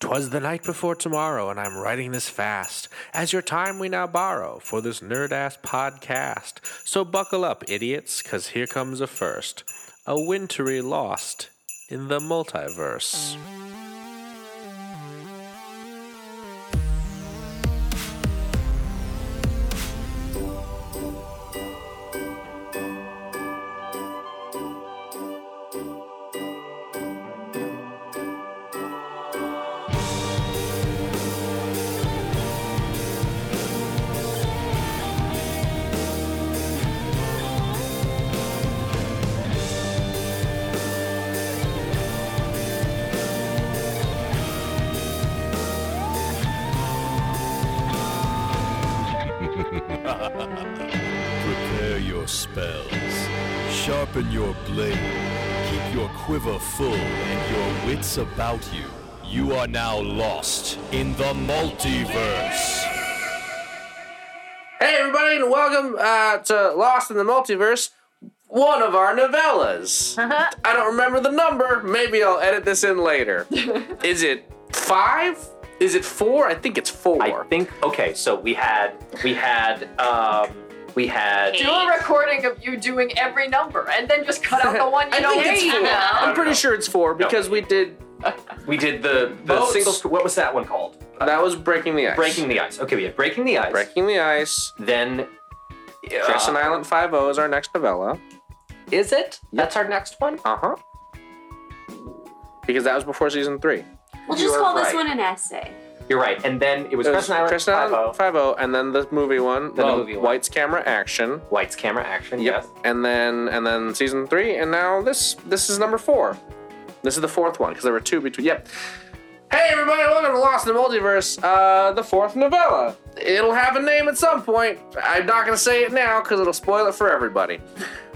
'Twas the night before tomorrow, and I'm writing this fast, as your time we now borrow for this nerd ass podcast. So buckle up, idiots, 'cause here comes a first a wintry lost in the multiverse. Prepare your spells. Sharpen your blade. Keep your quiver full and your wits about you. You are now lost in the multiverse. Hey, everybody, and welcome uh, to Lost in the Multiverse, one of our novellas. Uh-huh. I don't remember the number. Maybe I'll edit this in later. Is it five? Is it four? I think it's four. I think okay, so we had we had um we had Eight. Do a recording of you doing every number and then just cut out the one you I don't think it's need. four. I I'm don't pretty know. sure it's four because we did. we did the the Boats. single st- what was that one called? That was breaking the ice. Breaking the ice. Okay, we had breaking the ice. breaking the ice. Then Crescent uh, Island Five O is our next novella. is it? That's our next one. Uh huh. Because that was before season three. We'll You just are call this right. one an essay. You're right. And then it was, It was Crescent Island. Crescent Island 5-0, Five O, and then the movie one, the well, movie one. White's Camera Action. White's camera action. Yep. Yes. And then and then season three, and now this this is number four. This is the fourth one because there were two between. Yep. Hey everybody, welcome to Lost in the Multiverse, uh, the fourth novella. It'll have a name at some point. I'm not gonna say it now because it'll spoil it for everybody.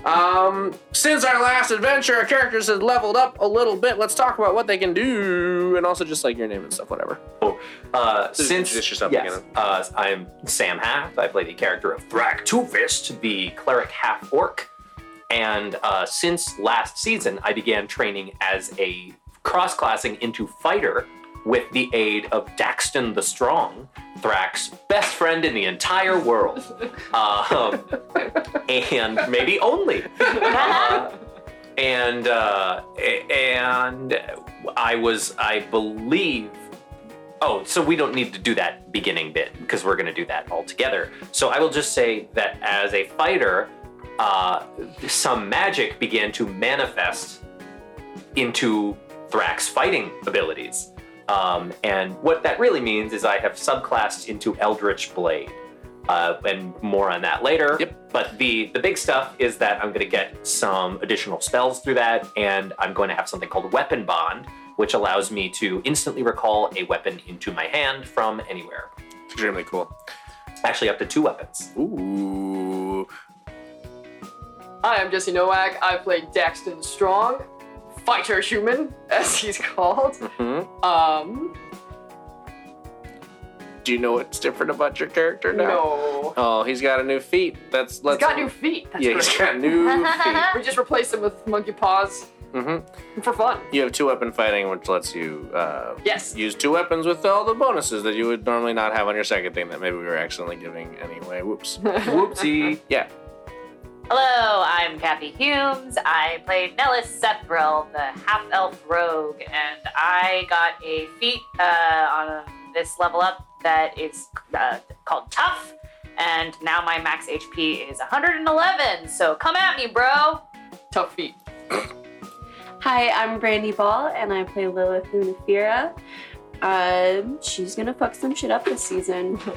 Um, since our last adventure, our characters have leveled up a little bit. Let's talk about what they can do, and also just like your name and stuff, whatever. Uh, Just since introduce yourself yes, again. uh, I'm Sam Haft. I play the character of Thrak Tuvist, the cleric half orc. And uh, since last season, I began training as a cross classing into fighter with the aid of Daxton the Strong, Thrak's best friend in the entire world, uh, um, and maybe only. Uh, and uh, a- and I was, I believe. Oh, so we don't need to do that beginning bit because we're going to do that all together. So I will just say that as a fighter, uh, some magic began to manifest into Thrak's fighting abilities. Um, and what that really means is I have subclassed into Eldritch Blade. Uh, and more on that later. Yep. But the the big stuff is that I'm going to get some additional spells through that, and I'm going to have something called Weapon Bond, which allows me to instantly recall a weapon into my hand from anywhere. Extremely cool. Actually, up to two weapons. Ooh. I am Jesse Nowak. I play Daxton Strong, fighter human, as he's called. hmm Um, Do you know what's different about your character now? no. Oh, he's got a new feet. That's He's let's. got new feet. That's yeah, great. he's got new feet. we just replaced him with monkey paws Mm-hmm. for fun. You have two weapon fighting, which lets you uh, Yes. use two weapons with all the bonuses that you would normally not have on your second thing that maybe we were accidentally giving anyway. Whoops. Whoopsie. yeah. Hello, I'm Kathy Humes. I play Nellis Sethril, the half elf rogue, and I got a feat uh, on this level up that is uh, called Tough, and now my max HP is 111, so come at me, bro. Tough feet. Hi, I'm Brandy Ball, and I play Lilith Lunafira. Um, she's gonna fuck some shit up this season.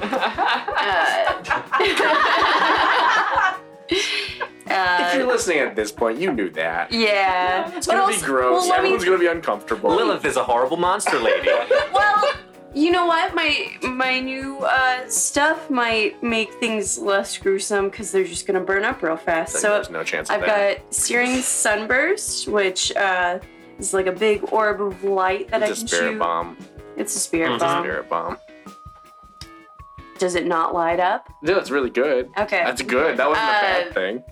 Uh, if you're uh, listening at this point, you knew that. yeah. It's gonna be gross. Well, let me- Everyone's gonna be uncomfortable. Lilith is a horrible monster lady. well, you know what? My my new uh, stuff might make things less gruesome because they're just gonna burn up real fast. Then So there's no chance. Of I've that. got Searing Sunburst, which uh, is like a big orb of light that It's I a can spirit shoot. bomb. It's a spirit Mhm. It's Mm-hmm. a bomb. spirit bomb. Does it not light up? No, it's really good. Okay. That's good. That wasn't a bad Uh, thing.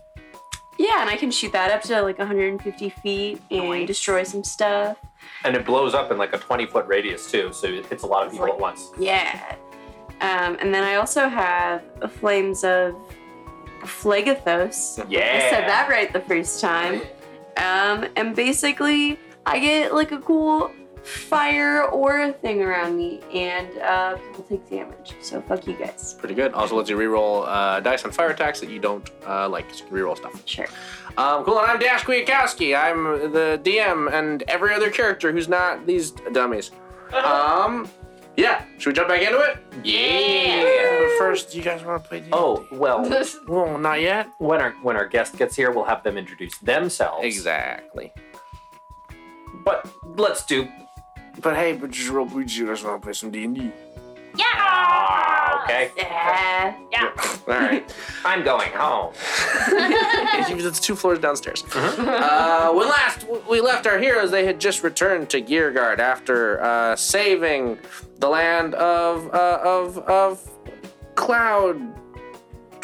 yeah, yeah, and I can shoot that up to like 150 feet and Nice. destroy some stuff. And it blows up in like a 20 foot radius too, so it hits a lot of It's people like- at once. Yeah. Um, and then I also have flames of Phlegathos. I Yeah. said that right the first time. Um, and basically, I get like a cool fire aura thing around me, and uh, people take damage. So fuck you guys. Pretty good. Also lets you reroll uh, dice on fire attacks that you don't uh, like. So you can reroll stuff. Sure. Um, cool, and I'm Dash Kwiatkowski. I'm the DM and every other character who's not these dummies. Um, yeah. Should we jump back into it? Yeah. But first, you guys want to play? D&D? Oh, well, This- well, not yet. when our when our guest gets here, we'll have them introduce themselves. Exactly. But let's do But hey, but just real quick, you guys want to play some D and D? Yeah. Ah, okay. Yeah. Yeah. All right. I'm going home. it's two floors downstairs. uh, when last we left our heroes, they had just returned to Gearguard after uh, saving the land of uh, of of Cloud.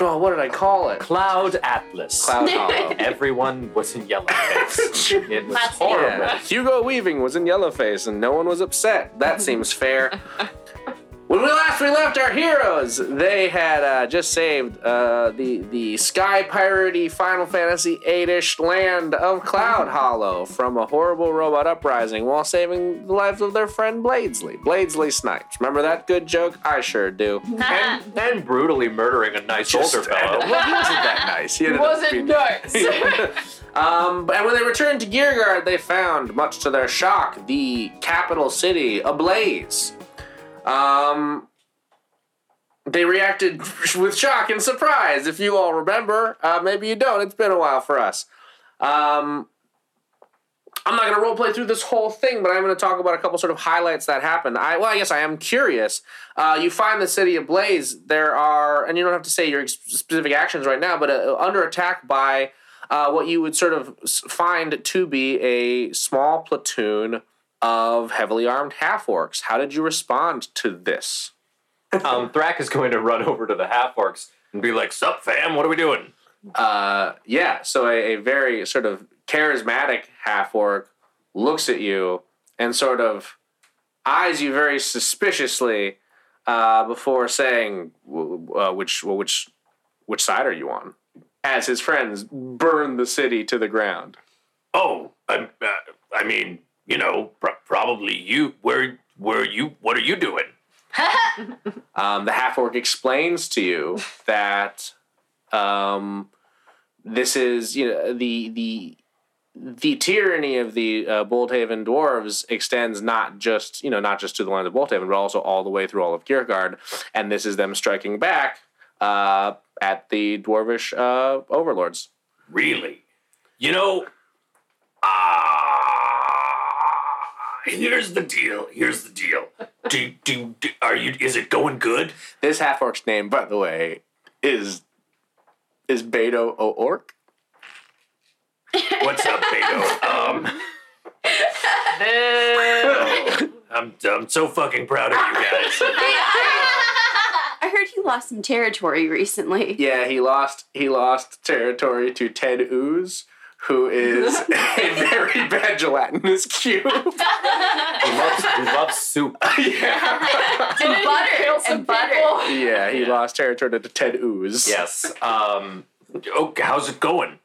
Oh, what did I call it? Cloud Atlas. Cloud Hollow. Everyone was in yellow face. it was Classic. horrible. Yeah. Hugo Weaving was in yellowface and no one was upset. That seems fair. When we last we left our heroes, they had uh, just saved uh, the the sky piratey Final Fantasy VIII-ish land of Cloud Hollow from a horrible robot uprising, while saving the lives of their friend Bladesley. Bladesley Snipes. Remember that good joke? I sure do. And, and brutally murdering a nice older fellow. Well, he wasn't that nice. He It ended up being- wasn't nuts. um, and when they returned to Gearguard, they found, much to their shock, the capital city ablaze. Um, they reacted with shock and surprise, if you all remember. Uh, maybe you don't. It's been a while for us. Um, I'm not going to roleplay through this whole thing, but I'm going to talk about a couple sort of highlights that happened. I well, I guess I am curious. Uh, you find the city ablaze. There are, and you don't have to say your ex- specific actions right now, but uh, under attack by uh, what you would sort of s- find to be a small platoon of heavily armed half orcs. How did you respond to this? Um, Thrak is going to run over to the half orcs and be like, Sup, fam, what are we doing? Uh, yeah, so a, a very sort of charismatic half orc looks at you and sort of eyes you very suspiciously uh, before saying, w- w- uh, "Which well, which which side are you on?" As his friends burn the city to the ground. Oh, I, uh, I mean, you know, pr- probably you. Where, where you? What are you doing? um, the half orc explains to you that um, this is you know the the the tyranny of the uh, Boldhaven dwarves extends not just you know not just to the land of Boldhaven, but also all the way through all of Gearguard, and this is them striking back uh, at the dwarvish uh, overlords. Really? You know, ah, here's the deal. Here's the deal. Do, do, do are you? Is it going good? This half orc's name, by the way, is is Beto O Orc. What's up, Bago? Um, oh, I'm, I'm so fucking proud of you guys. I heard he lost some territory recently. Yeah, he lost he lost territory to Ted Ooze, who is a very bad gelatinous cube. He loves, he loves soup. yeah. Didn't he butter, kill some and butter. people? Yeah, he lost territory to Ted Ooze. Yes. Um, Oh, how's it going?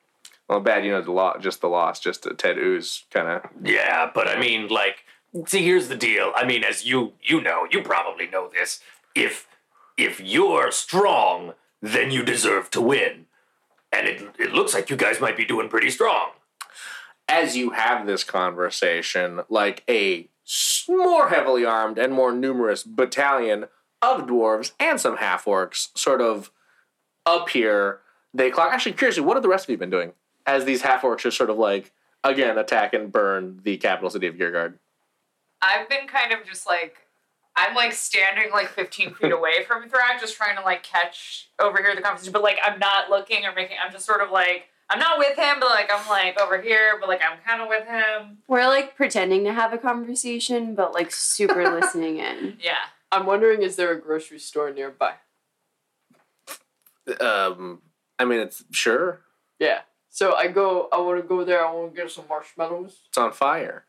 Well, bad, you know, the lo- just the loss, just to Ted Ooze, kind of. Yeah, but I mean, like, see, here's the deal. I mean, as you you know, you probably know this. If if you're strong, then you deserve to win. And it it looks like you guys might be doing pretty strong. As you have this conversation, like a s- more heavily armed and more numerous battalion of dwarves and some half orcs sort of appear. They clock. Actually, curiously, what have the rest of you been doing as these half orcs are sort of like again attack and burn the capital city of Gearguard? I've been kind of just like I'm like standing like 15 feet away from Thrak, just trying to like catch overhear the conversation, but like I'm not looking or making. I'm just sort of like I'm not with him, but like I'm like over here, but like I'm kind of with him. We're like pretending to have a conversation, but like super listening in. Yeah. I'm wondering, is there a grocery store nearby? Um, I mean, it's sure. Yeah. So I go. I want to go there. I want to get some marshmallows. It's on fire.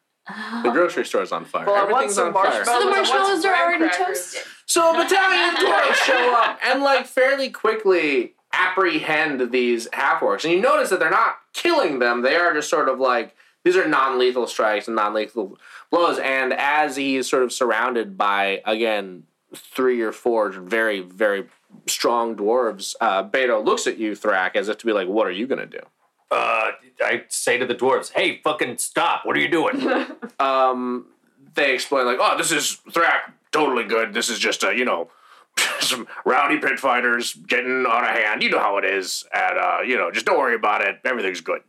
The grocery store's on fire. Well, I want Everything's some on fire. marshmallows. So the Well, what's marshmallows are graham already crackers? toasted. So battalion dwarves show up and like fairly quickly apprehend these half orcs, and you notice that they're not killing them. They are just sort of like these are non-lethal strikes and non-lethal blows. And as he is sort of surrounded by again three or four very very strong dwarves, uh, Beto looks at you, Thrak, as if to be like, "What are you gonna do?" Uh, I say to the dwarves, "Hey, fucking stop! What are you doing?" um, they explain like, "Oh, this is Thrak, totally good. This is just a you know, some rowdy pit fighters getting out of hand. You know how it is, and uh, you know, just don't worry about it. Everything's good."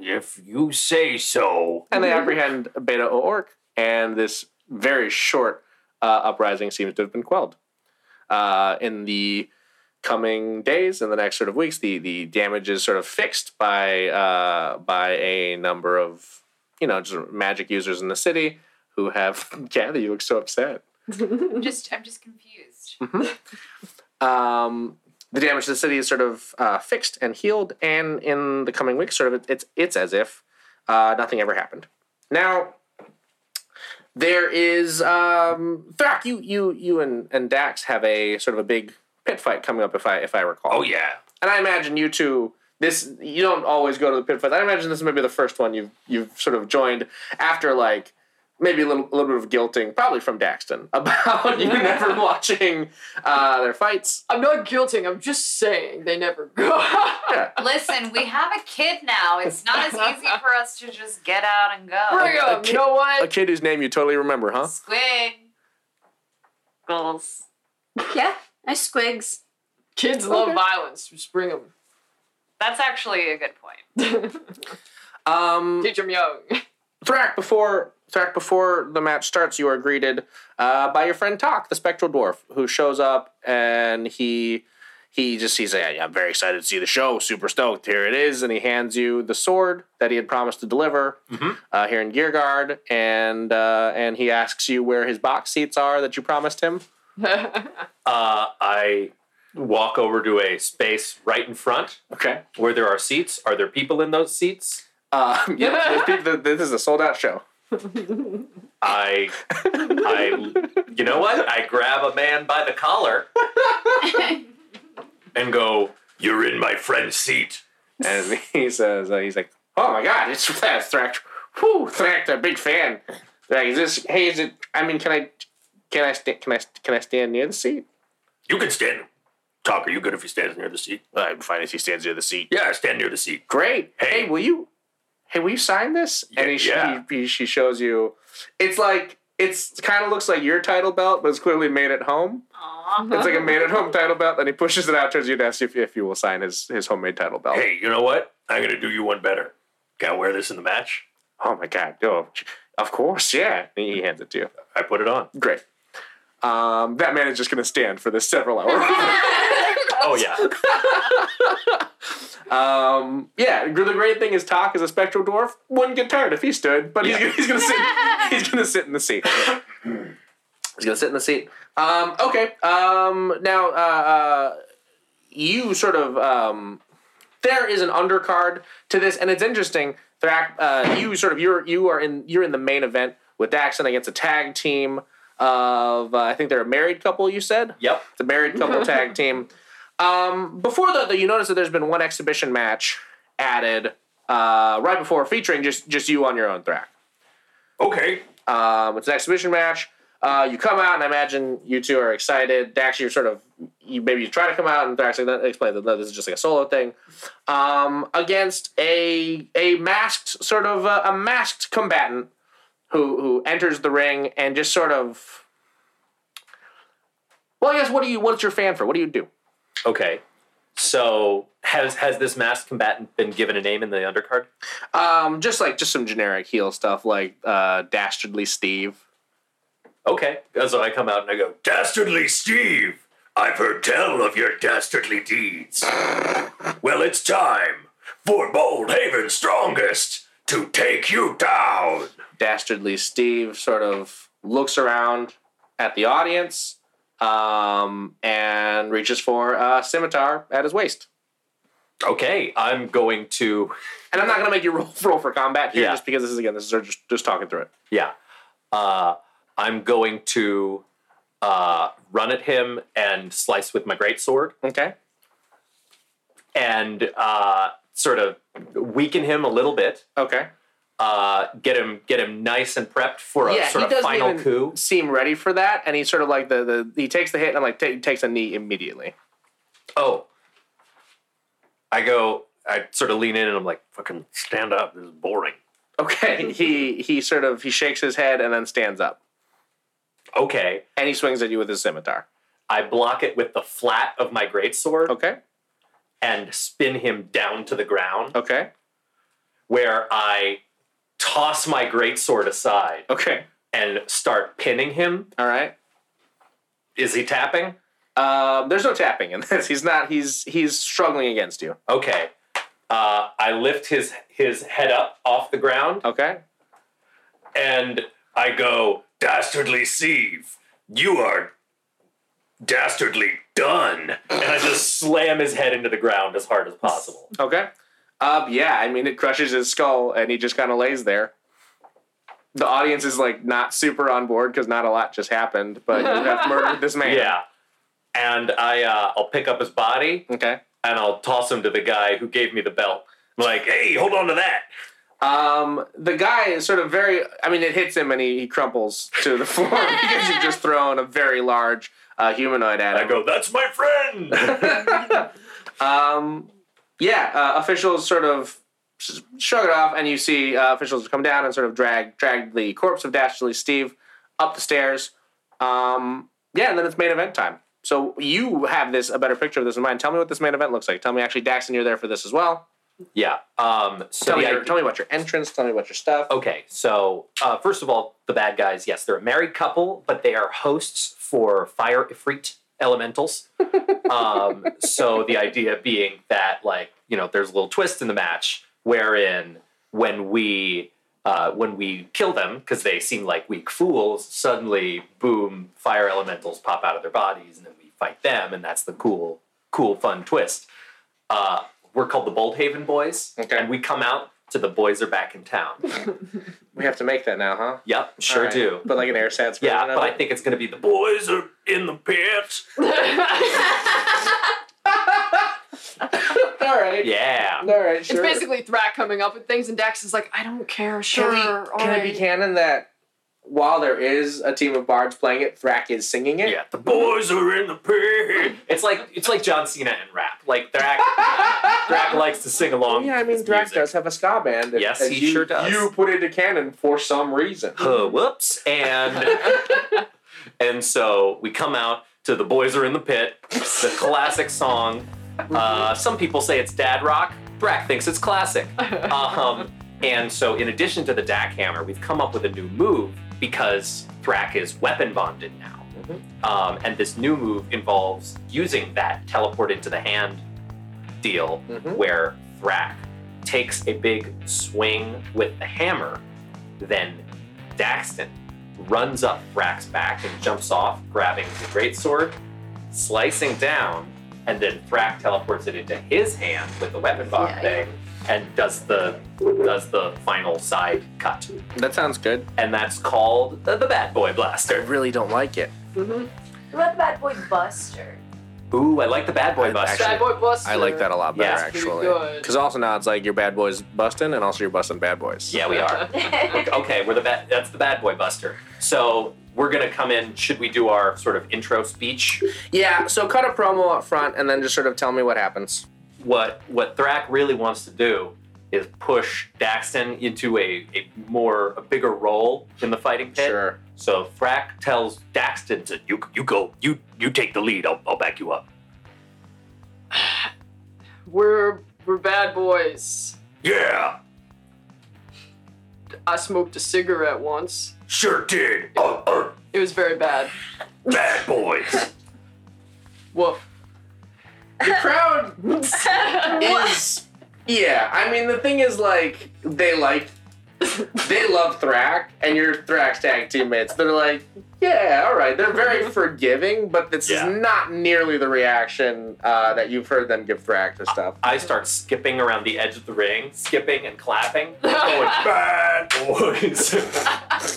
if you say so. And they apprehend Beta O'Orc, and this very short uh, uprising seems to have been quelled. Uh, in the coming days, in the next sort of weeks, the the damage is sort of fixed by uh, by a number of you know just magic users in the city who have. Gather, you look so upset. I'm just I'm just confused. um, the damage to the city is sort of uh, fixed and healed, and in the coming weeks, sort of it- it's it's as if uh, nothing ever happened. Now there is um, Thrak, you you you and, and Dax have a sort of a big pit fight coming up, if I if I recall. Oh yeah. and I imagine you two. This you don't always go to the pit fight. I imagine this may be the first one you've you've sort of joined after like maybe a little, a little bit of guilting, probably from Daxton, about you never watching uh, their fights. I'm not guilting. I'm just saying they never go. Listen, we have a kid now. It's not as easy for us to just get out and go. Bring 'em, kid- You know a what? kid whose name you totally remember, huh? Squid. Goals. Yeah, nice squigs. Kids love violence. Just bring them. That's actually a good point. Um, Teach them young. Thrak, Um, before Thrak, before the match starts, you are greeted uh, by your friend Tok, the spectral dwarf, who shows up and he he just he's like, I'm very excited to see the show. Super stoked. Here it is, and he hands you the sword that he had promised to deliver uh, here in Gearguard, and uh, and he asks you where his box seats are that you promised him. Uh, I walk over to a space right in front Okay. where there are seats. Are there people in those seats? Um, yeah, this, pe- this is a sold out show. I, I, you know what? I grab a man by the collar and go, "You're in my friend's seat." And he says, uh, he's like, oh my god, it's that's Thract. Whew, Thract, a big fan. Like, is this, hey, is it, I mean, can I, can I, sta- can I, can I stand near the seat? You can stand. Talk. Are you good if you stand near the seat? I'm fine if he stands near the seat. Yeah, stand near the seat. Great. Hey, will you, hey, will you sign this? and he, sh- yeah. he, he, she shows you, it's like, it's kind of looks like your title belt, but it's clearly made at home. It's like a made at home title belt, and he pushes it out towards you to ask if, if you will sign his, his homemade title belt. Hey, you know what? I'm gonna do you one better. Can I wear this in the match? Oh my god, oh, of course, yeah. And he hands it to you. I put it on. Great. Um, that man is just going to stand for this several hours. Oh yeah. um, yeah, the great thing is Talk is a spectral dwarf. Wouldn't get tired if he stood, but he's, he's going to sit. He's going to sit in the seat. he's going to sit in the seat. Um, okay. Um, now, uh, uh, you sort of um, there is an undercard to this, and it's interesting. Thrak, uh, you sort of you're you are in you're in the main event with Daxon against a tag team of uh, I think they're a married couple. You said yep. it's a married couple tag team. Um, before that, though, you notice that there's been one exhibition match added uh, right before, featuring just just you on your own, Thrak. Okay. Um, it's an exhibition match. Uh, you come out, and I imagine you two are excited. Dax, you're sort of, you maybe you try to come out, and Dax like, "No, explain that no, this is just like a solo thing um, against a a masked sort of uh, a masked combatant who who enters the ring and just sort of. Well, I guess what do you? What's your fan for? What do you do? Okay. So has has this masked combatant been given a name in the undercard? Um, just like just some generic heel stuff like uh, dastardly Steve. Okay. So I come out and I go, Dastardly Steve! I've heard tell of your dastardly deeds. well, it's time for Bold Haven Strongest to take you down. dastardly Steve sort of looks around at the audience um, and reaches for a scimitar at his waist. Okay, I'm going to. And I'm not gonna make you roll, roll for combat here, Yeah. just because this is again, this is just just talking through it. Yeah. Uh, I'm going to uh, run at him and slice with my greatsword Okay. and uh, sort of weaken him a little bit. Okay. Uh, get him, get him nice and prepped for a Yeah, sort he of doesn't final even coup. Seem ready for that, and he sort of like the, the he takes the hit and like ta takes a knee immediately. Oh, I go. I sort of lean in and I'm like, "Fucking stand up. This is boring." Okay. he he sort of he shakes his head and then stands up, Okay, and he swings at you with his scimitar. I block it with the flat of my greatsword Okay. and spin him down to the ground, Okay. where I toss my greatsword aside Okay. and start pinning him. All right. Is he tapping? Um, there's no tapping in this. He's not. He's he's struggling against you. Okay. Uh, I lift his his head up off the ground Okay. and I go, Dastardly Sieve, you are dastardly done. and I just slam his head into the ground as hard as possible. Okay. Uh, yeah, I mean, it crushes his skull and he just kind of lays there. The audience is like not super on board because not a lot just happened, but you have murdered this man. Yeah. And I uh, I'll pick up his body Okay. and I'll toss him to the guy who gave me the belt. I'm like, hey, hold on to that. Um, the guy is sort of very, I mean, it hits him and he, he crumples to the floor because you've just thrown a very large uh, humanoid at him. I go, that's my friend. Um, yeah, uh, officials sort of sh- shrug it off, and you see uh, officials come down and sort of drag drag the corpse of Dastardly Steve up the stairs. Um, yeah, and then it's main event time. So you have this a better picture of this in mind. Tell me what this main event looks like. Tell me, actually, Daxon, you're there for this as well. yeah. Um, so Tell the me, your, idea- tell me about your entrance. Tell me about your stuff. Okay, so uh, first of all, the bad guys, yes, they're a married couple, but they are hosts for fire ifrit elementals. um, so the idea being that, like, you know, there's a little twist in the match wherein when we uh, when we kill them because they seem like weak fools, suddenly, boom, fire elementals pop out of their bodies, and then we fight them, and that's the cool, cool, fun twist. Uh, we're called the Boldhaven Boys, Okay. and we come out to the boys are back in town. We have to make that now, huh? Yep, sure All right. do. But like an air sense. yeah, version but I of it? think it's gonna be the bull. Boys are in the pit. all right. Yeah. All right. Sure. It's basically Thrack coming up with things, and Dax is like, I don't care, Can sure. we- all can it be right." canon that while there is a team of bards playing it, Thrak is singing it? Yeah, the bull. Boys are in the pit. It's like it's like John Cena and rap. Like Thrak, Thrak likes to sing along. Yeah, I mean, with Thrax music. does have a ska band. and- Yes, and he you, sure does. You put it to canon for some reason. Huh, whoops, and and so we come out to the boys are in the pit, the classic song. Uh, some people say it's dad rock. Brack thinks it's classic. Um, and so, in addition to the DAC hammer, we've come up with a new move because Thrak is weapon bonded now. Um, and this new move involves using that teleport into the hand deal Mhm. where Thrak takes a big swing with the hammer, then Daxton runs up Thrak's back and jumps off, grabbing the greatsword, slicing down, and then Thrak teleports it into his hand with the weapon bond Yeah, thing and does the does the final side cut. That sounds good. And that's called the, the Bad Boy Blaster. really don't like it. Mm-hmm. What about the bad boy Buster? Ooh, I like the Bad Boy I- Buster. Bad boy uh, Buster. a lot better, pretty actually. good. 'Cause also now it's like your bad boys busting, and also you're busting bad boys. Yeah, we are. okay, we're the bad, that's the Bad Boy Buster. So we're gonna come in. Should we do our sort of intro speech? Yeah. So cut a promo up front, and then just sort of tell me what happens. What what Thrak really wants to do is push Daxton into a, a more a bigger role in the fighting pit. Sure. So Thrak tells Daxton to You you go. You you take the lead. I'll, I'll back you up. We're, we're bad boys. Yeah, I smoked a cigarette once. sure did. Uh, uh, It was very bad. bad boys. Woof. The crowd is. Yeah, I mean the thing is like they liked they love Thrak, and your Thrak's tag teammates. They're like, yeah, all right. They're very forgiving, but this Mm-hmm. Yeah. is not nearly the reaction uh, that you've heard them give Thrak to stuff. I start skipping around the edge of the ring, skipping and clapping, going bad boys.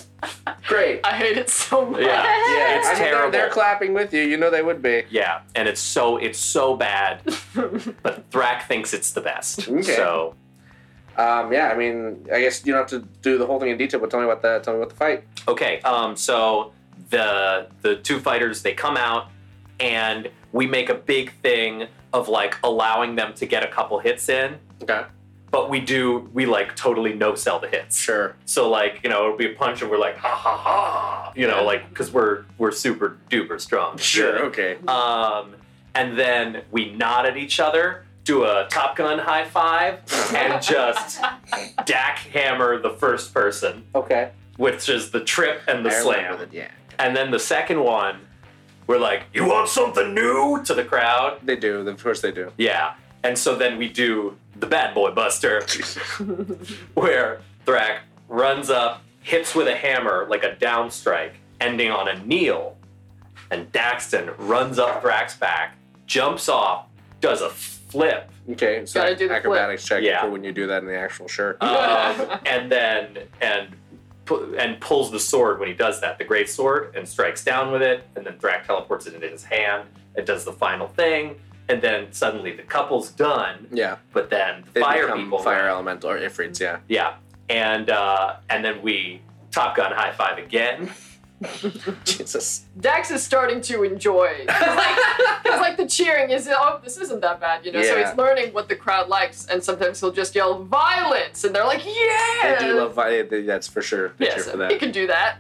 Great. I hate it so much. yeah, Yeah, It's I mean, they're- terrible. They're, clapping with you. You know they would be. yeah, and it's so it's so bad, but Thrak thinks it's the best. Okay. So Um, yeah, I mean, I guess you don't have to do the whole thing in detail, but tell me what the tell me what the fight. Okay, um, so the the two fighters they come out and we make a big thing of like allowing them to get a couple hits in, Okay, but we do we like totally no sell the hits. sure. So like you know it'll be a punch and we're like ha ha ha, you know Yeah. like because we're we're super duper strong. Sure. Okay. Um, and then we nod at each other, do a Top Gun high five, and just dack hammer the first person, Okay. which is the trip and the I slam. remember that, yeah, And then the second one, we're like, you want something new to the crowd? they do. Of course they do. Yeah. And so then we do the bad boy buster, where Thrak runs up, hits with a hammer, like a down strike, ending on a kneel. And Daxton runs up Thrak's back, jumps off, does a flip, Okay, so Gotta do the acrobatics check Yeah. for when you do that in the actual shirt. um, and then and pu- and pulls the sword when he does that, the great sword, and strikes down with it, and then Thrak teleports it into his hand. It does the final thing, and then suddenly the couple's done. yeah, But then the they fire become people, fire elemental or ifrits. Yeah, yeah, and uh, and then we Top Gun high five again. Jesus. Dax is starting to enjoy. Because like, 'cause, like, the cheering is, oh, this isn't that bad, you know? So Yeah. he's learning what the crowd likes, and sometimes he'll just yell, violence! And they're like, They yeah! do love vi- they- That's for sure. They Yeah, cheer so for he that. Uh-huh. can do that.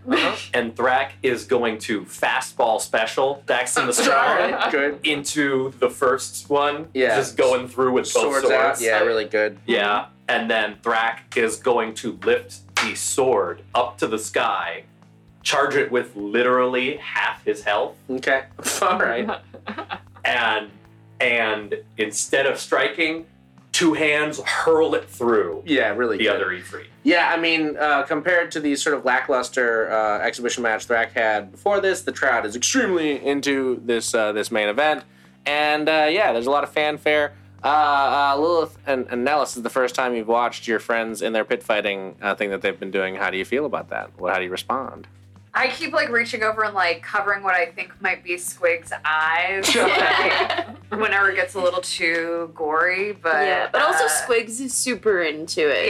And Thrak is going to fastball special Daxton the Strong Alright, good. into the first one, Yeah. just going through with both Swords out. Yeah, really good. Yeah, and then Thrak is going to lift the sword up to the sky, charge it with literally half his health, Okay. All right. and and instead of striking, two hands hurl it through Yeah, really the good. other E E3. Yeah, I mean, uh, compared to the sort of lackluster uh, exhibition match Thrak had before this, the crowd is extremely into this uh, this main event, and uh, yeah, there's a lot of fanfare. Uh, uh, Lilith and, and Nellis is the first time you've watched your friends in their pit fighting uh, thing that they've been doing. How do you feel about that? Well, how do you respond? I keep like reaching over and like covering what I think might be Squig's eyes. like, whenever it gets a little too gory, but yeah, but also uh, Squigs is super into it.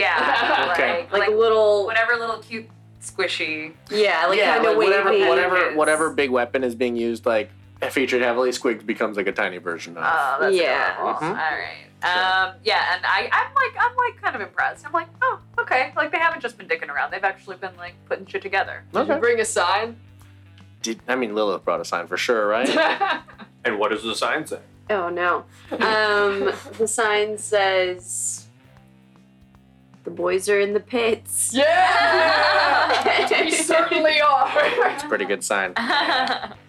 Yeah, Okay. like, like, like little. whatever little cute squishy. Yeah, like kind of like whatever, wavy. whatever, hands. whatever big weapon is being used, like featured heavily, Squigs becomes like a tiny version of. Oh, Um. that's Yeah. adorable. Mhm. Mm-hmm. All right. Um, yeah, and I, I'm like, I'm like kind of impressed. I'm like, oh, okay. Like they haven't just been dicking around. They've actually been like putting shit together. Did you bring a sign? Did, I mean, Lilith brought a sign for sure, right? And what does the sign say? Oh no. Um, the sign says, "The boys are in the pits." yeah! we certainly are. Pretty good sign.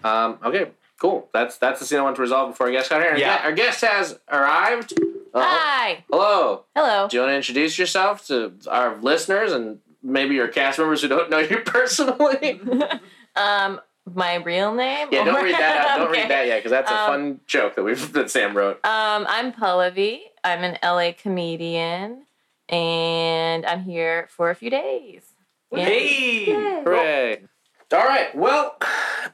Um, okay, cool. That's that's the scene I want to resolve before our guest got here. Our Yeah. gue- our guest has arrived. Uh, Hi. Hello. Hello. Do you want to introduce yourself to our listeners and maybe your cast members who don't know you personally? Um, my real name. yeah, don't Or- read that. Out. Don't Okay. read that yet, because that's a Um, fun joke that we that Sam wrote. Um, I'm Pallavi. I'm an LA comedian, and I'm here for a few days. Yeah. Hey! Hooray! All right. Well,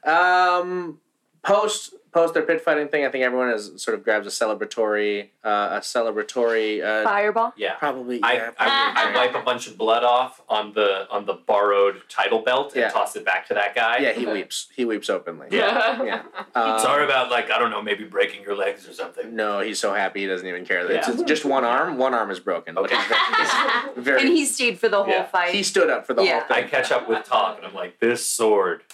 um, post post their pit fighting thing, I think everyone has sort of grabs a celebratory uh, a celebratory uh, Fireball. Yeah. probably. I, yeah, I, I wipe a bunch of blood off on the on the borrowed title belt and Yeah. toss it back to that guy. yeah, he weeps. He weeps openly. Yeah. Yeah. Um, Sorry about like I don't know, maybe breaking your legs or something. No, he's so happy he doesn't even care. Yeah. It's it's just one arm. One arm is broken. Okay. But he's very, And he stayed for the whole Yeah. fight. he stood up for the Yeah. whole I thing. catch up with Top and I'm like, this sword.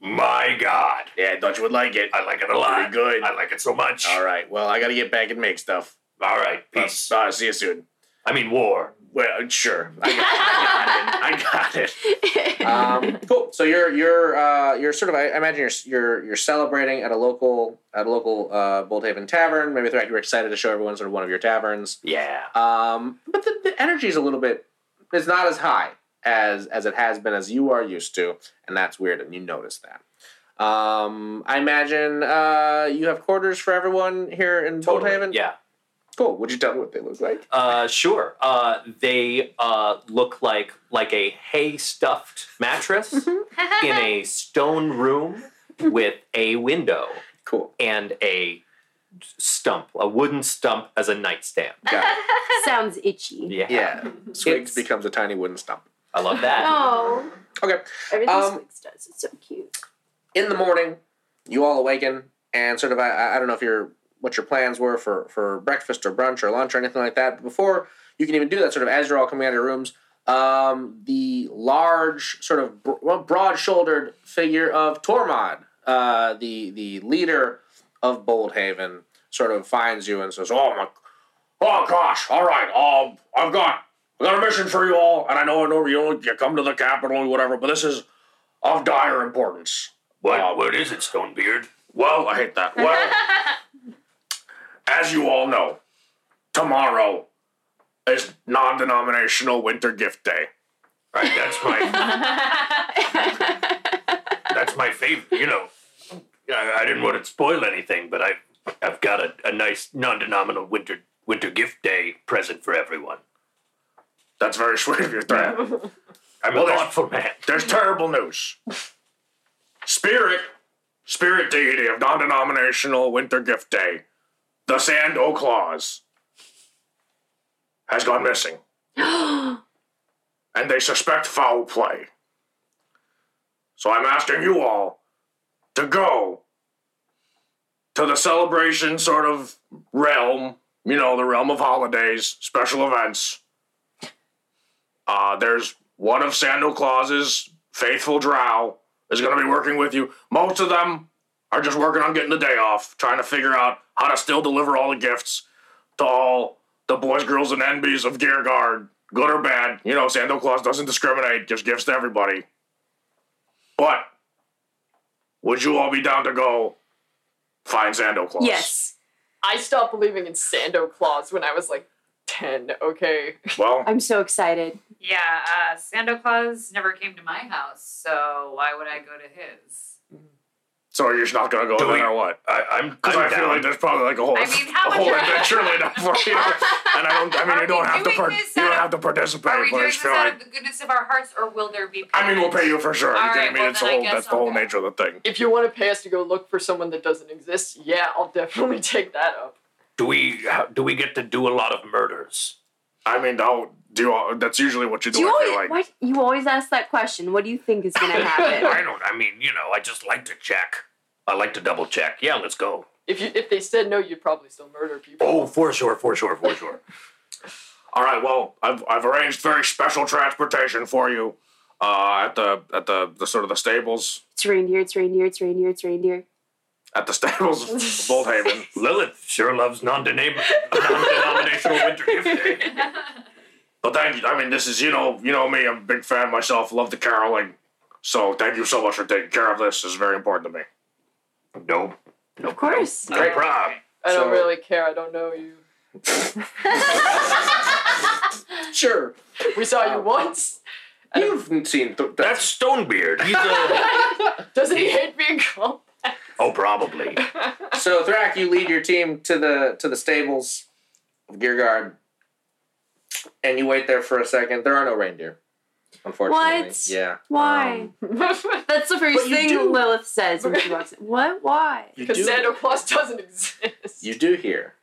My God, yeah, I thought you would like it. I like it a Pretty lot. good. I like it so much. All right. Well, I got to get back and make stuff. All right, peace. Uh, see you soon. I mean war. Well, sure. I got, it. I got it. Um, cool. So you're you're uh, you're sort of I I imagine you're you're you're celebrating at a local at a local uh, Boldhaven tavern. Maybe Thrak, you were excited to show everyone sort of one of your taverns. Yeah. Um, but the, the energy is a little bit. It's not as high as as it has been as you are used to, and that's weird, and you notice that. Um, I imagine uh, you have quarters for everyone here in Totally. Boldhaven. Yeah. Cool. Would you tell me what they look like? Uh, sure. Uh, they uh, look like like a hay stuffed mattress in a stone room with a window Cool. and a stump, a wooden stump as a nightstand. Got it. Sounds itchy. Yeah, Yeah. Swigs It's- becomes a tiny wooden stump. I love that. Oh, Okay. everything Um, Squeaks does is so cute. in the morning, you all awaken and sort of I- I, I don't know if your what your plans were for for breakfast or brunch or lunch or anything like that. But before you can even do that, sort of as you're all coming out of your rooms, um, the large sort of bro- well, broad-shouldered figure of Tormod, uh, the the leader of Boldhaven, sort of finds you and says, "Oh my, oh gosh, all right, um, I've got." I got a mission for you all, and I know I know you only you come to the capital or whatever, but this is of dire importance. What? what is it, Stonebeard? Well, I hate that. Well, as you all know, tomorrow is non denominational Winter Gift Day. Right, that's my. that's my favorite. You know, I, I didn't want to spoil anything, but I, I've got a, a nice non-denominal winter winter gift day present for everyone. That's very sweet of you, Thad. I'm a thoughtful man. There's terrible news. Spirit, spirit deity of non denominational Winter Gift Day, the Sand O Claws, has gone missing. and they suspect foul play. So I'm asking you all to go to the celebration sort of realm, you know, the realm of holidays, special events. Uh, there's one of Sandal Claus's faithful drow is going to be working with you. Most of them are just working on getting the day off, trying to figure out how to still deliver all the gifts to all the boys, girls, and envies of Gearguard, good or bad. You know, Santa Claus doesn't discriminate, gives gifts to everybody. But would you all be down to go find Santa Claus? Yes. I stopped believing in Sando Claus when I was like 10, okay? Well, I'm so excited. Yeah, uh, Santa Claus never came to my house, so why would I go to his? so you're just not going to go Do then we- or what? I, I'm. Because I I'm feel like down. there's probably like a whole, I mean, a how whole much- adventure laid out for you. And I don't. I mean, Are you don't we have to. doing Par- you this don't out of- have to participate. Are we but doing it's this still out like- of the goodness of our hearts, or will there be? I mean, we'll payment? pay you for sure. All you right, I mean, well, it's the then I whole. guess That's the I'll whole go. nature of the thing. If you want to pay us to go look for someone that doesn't exist, yeah, I'll definitely take that up. Do we? how- Do we get to do a lot of murders? I mean, I'll do. All, that's usually what you do. Do you I always feel like. why, you always ask that question? What do you think is gonna happen? I don't. I mean, you know, I just like to check. I like to double check. Yeah, let's go. If you if they said no, you'd probably still murder people. Oh, for sure, for sure, for sure. All right. Well, I've I've arranged very special transportation for you. Uh, at the at the, the sort of the stables it's reindeer. It's reindeer. It's reindeer. It's reindeer. at the stables of Boldhaven. Lilith sure loves non-denom- non-denominational winter gift day. But thank you. I mean, this is you know you know me. I'm a big fan myself. Love the caroling. So thank you so much for taking care of this. It's very important to me. No, Of course. no problem. I don't so- really care. I don't know you. Sure. We saw you once. You've seen th- That's Stonebeard. He's a Doesn't he hate being called? oh, probably. So Thrak, you lead your team to the to the stables of Gearguard, and you wait there for a second. There are no reindeer, unfortunately. What? Yeah. Um, Why? Um, That's the first But you thing do. Lilith says when she walks in. What? Why? You Because do, Santa Claus doesn't exist. you do hear,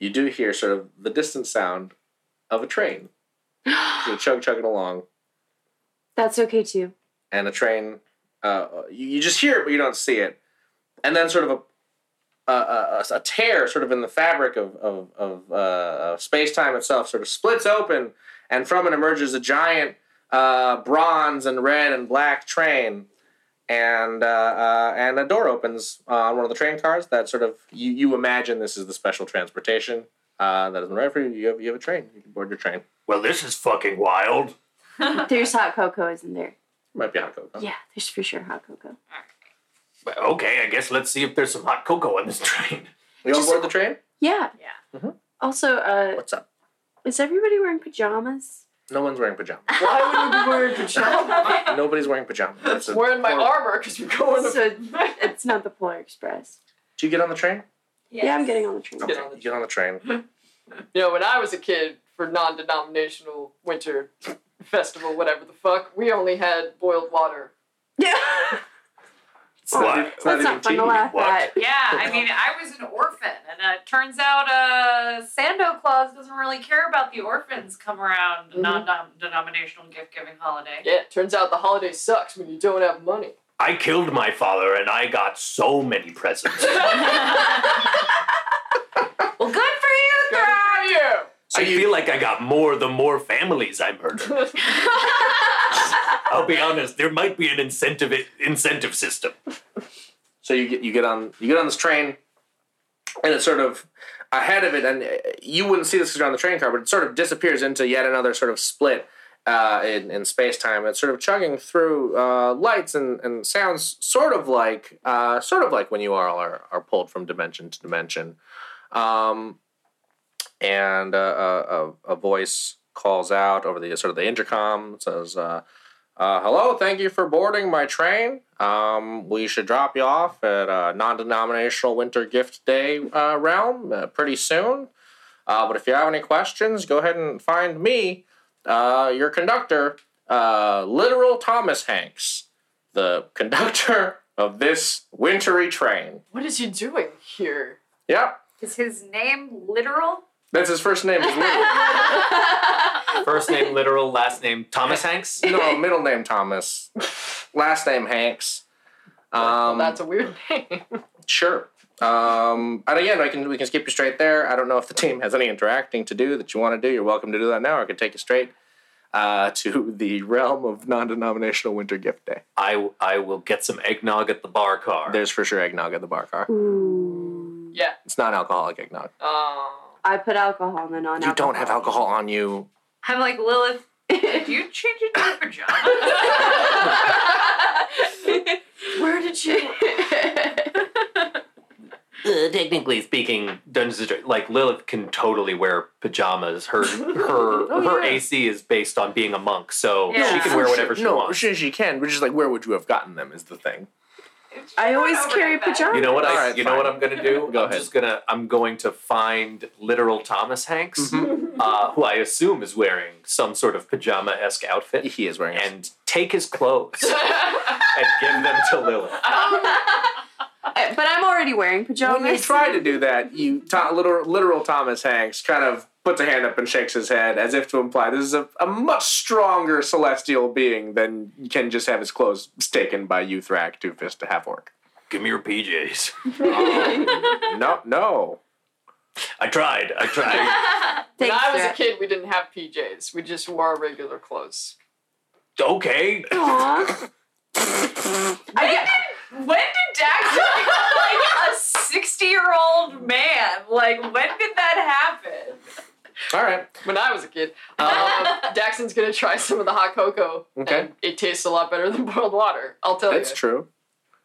you do hear sort of the distant sound of a train, sort of chug chugging along, That's okay too. and a train. Uh, you, you just hear it, but you don't see it, and then sort of a. A, a, a tear sort of in the fabric of, of, of uh, space time itself sort of splits open, and from it emerges a giant uh, bronze and red and black train, and uh, uh, and a door opens uh, on one of the train cars. That sort of you, you imagine this is the special transportation uh, that has been ready for you. You have you have a train. You can board your train. Well, this is fucking wild. There's hot cocoa, isn't there? Might be hot cocoa. Yeah, there's for sure hot cocoa. Well, Okay, I guess let's see if there's some hot cocoa on this train. You on Just- board the train? Yeah. Yeah. Also, uh, What's up? is everybody wearing pajamas? No one's wearing pajamas. Why would you be wearing pajamas? Nobody's wearing pajamas. That's a We're in my horrible- armor because we're going to. So it's not the Polar Express. Do you get on the train? Yeah, I'm getting on the train. Get on the You get on the train. You know, when I was a kid for non denominational winter festival, whatever the fuck, we only had boiled water. Yeah. It's not, What? even- it's not That's even not fun tea. to laugh What? at. Yeah, I mean, I was an orphan, and uh, it turns out uh, Sando Claus doesn't really care about the orphans come around Mhm. non-denominational gift-giving holiday. Yeah, turns out the holiday sucks when you don't have money. I killed my father and I got so many presents. Well, good for you, Good for you! So I you- feel like I got more the more families I murdered. I'll be honest, there might be an incentive incentive system. So you get you get on you get on this train, and it's sort of ahead of it, and uh, you wouldn't see this because you're on the train car, but it sort of disappears into yet another sort of split uh, in in space time. It's sort of chugging through uh, lights and, and sounds, sort of like uh, sort of like when you all are are pulled from dimension to dimension, um, and uh, a, a, a voice calls out over the sort of the intercom says. Uh, uh, hello, thank you for boarding my train. Um, we should drop you off at uh, non denominational Winter Gift Day uh, Realm uh, pretty soon. Uh, but if you have any questions, go ahead and find me, uh, your conductor, uh, literal Thomas Hanks, the conductor of this wintry train. What is he doing here? Yep, Is his name literal? that's his first name. His middle, First name literal, last name Thomas Hanks. no, middle name Thomas, last name Hanks. Well, Um, that's a weird name. Sure. Um, and again, I can we can skip you straight there. I don't know if the team has any interacting to do that you want to do. You're welcome to do that now. Or I can take you straight uh, to the realm of non-denominational Winter Gift Day. I I will get some eggnog at the bar car. There's for sure eggnog at the bar car. Ooh. yeah. It's non-alcoholic eggnog. Um, I put alcohol in the non You don't have alcohol on you. I'm like Lilith. Did you change into a pajama? Where did you? Uh, technically speaking, Dungeons and Dra- like Lilith can totally wear pajamas. Her her her yeah. AC is based on being a monk, so Yeah. she can wear whatever she no, wants. she, she can, but just like where would you have gotten them is the thing. I always Overnight carry bag. pajamas. You know what I? Alright, you fine. know what I'm gonna do? Go I'm ahead. just gonna. I'm going to find literal Thomas Hanks, Mm-hmm. uh, who I assume is wearing some sort of pajama esque outfit, He is wearing. a- and take his clothes and give them to Lilith. Um, Uh, But I'm already wearing when you pajamas. try to do that, you to, literal, literal Thomas Hanks kind of puts a hand up and shakes his head as if to imply this is a, a much stronger celestial being than can just have his clothes taken by you, Thrak, Two Fist, Half Orc. Give me your PJs. No, no. I tried. I tried. when Thanks, I was a Sarah. kid, we didn't have PJs. We just wore our regular clothes. okay. Aw. When did, when did Dax become like a 60 year old man? Like, when did that happen? All right. When I was a kid, um, Daxon's gonna try some of the hot cocoa. Okay. And it tastes a lot better than boiled water. I'll tell That's you. true.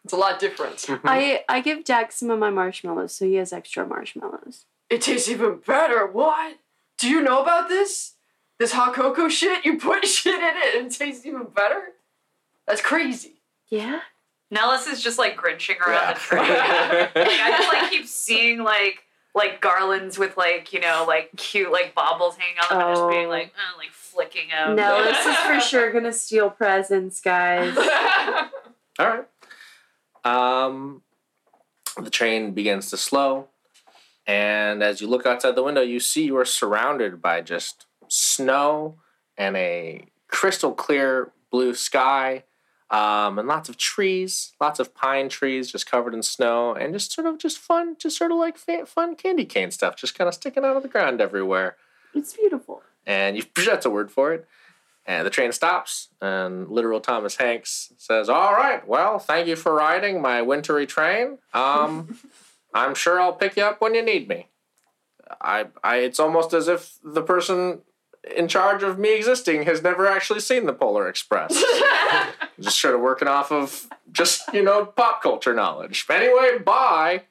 It's a lot different. I I give Jack some of my marshmallows, so he has extra marshmallows. It tastes even better. What? Do you know about this? This hot cocoa shit? You put shit in it and it tastes even better? That's crazy. Yeah. Nellis is just like grinching around the tree. Yeah. Like, I just like keep seeing like like garlands with like you know like cute like baubles hanging on them and just being Oh. like uh, like flicking Um, them. No, this is for sure gonna steal presents, guys. All right. Um, the train begins to slow, and as you look outside the window, you see you are surrounded by just snow and a crystal clear blue sky, um, and lots of trees, lots of pine trees just covered in snow, and just sort of just fun, just sort of like fa- fun candy cane stuff, just kind of sticking out of the ground everywhere It's beautiful. and you that's a word for it. And the train stops, and literal Thomas Hanks says, "All right, well, thank you for riding my wintry train. Um, I'm sure I'll pick you up when you need me." I, I, it's almost as if the person in charge of me existing has never actually seen the Polar Express. just sort of working off of just you know pop culture knowledge. Anyway, bye.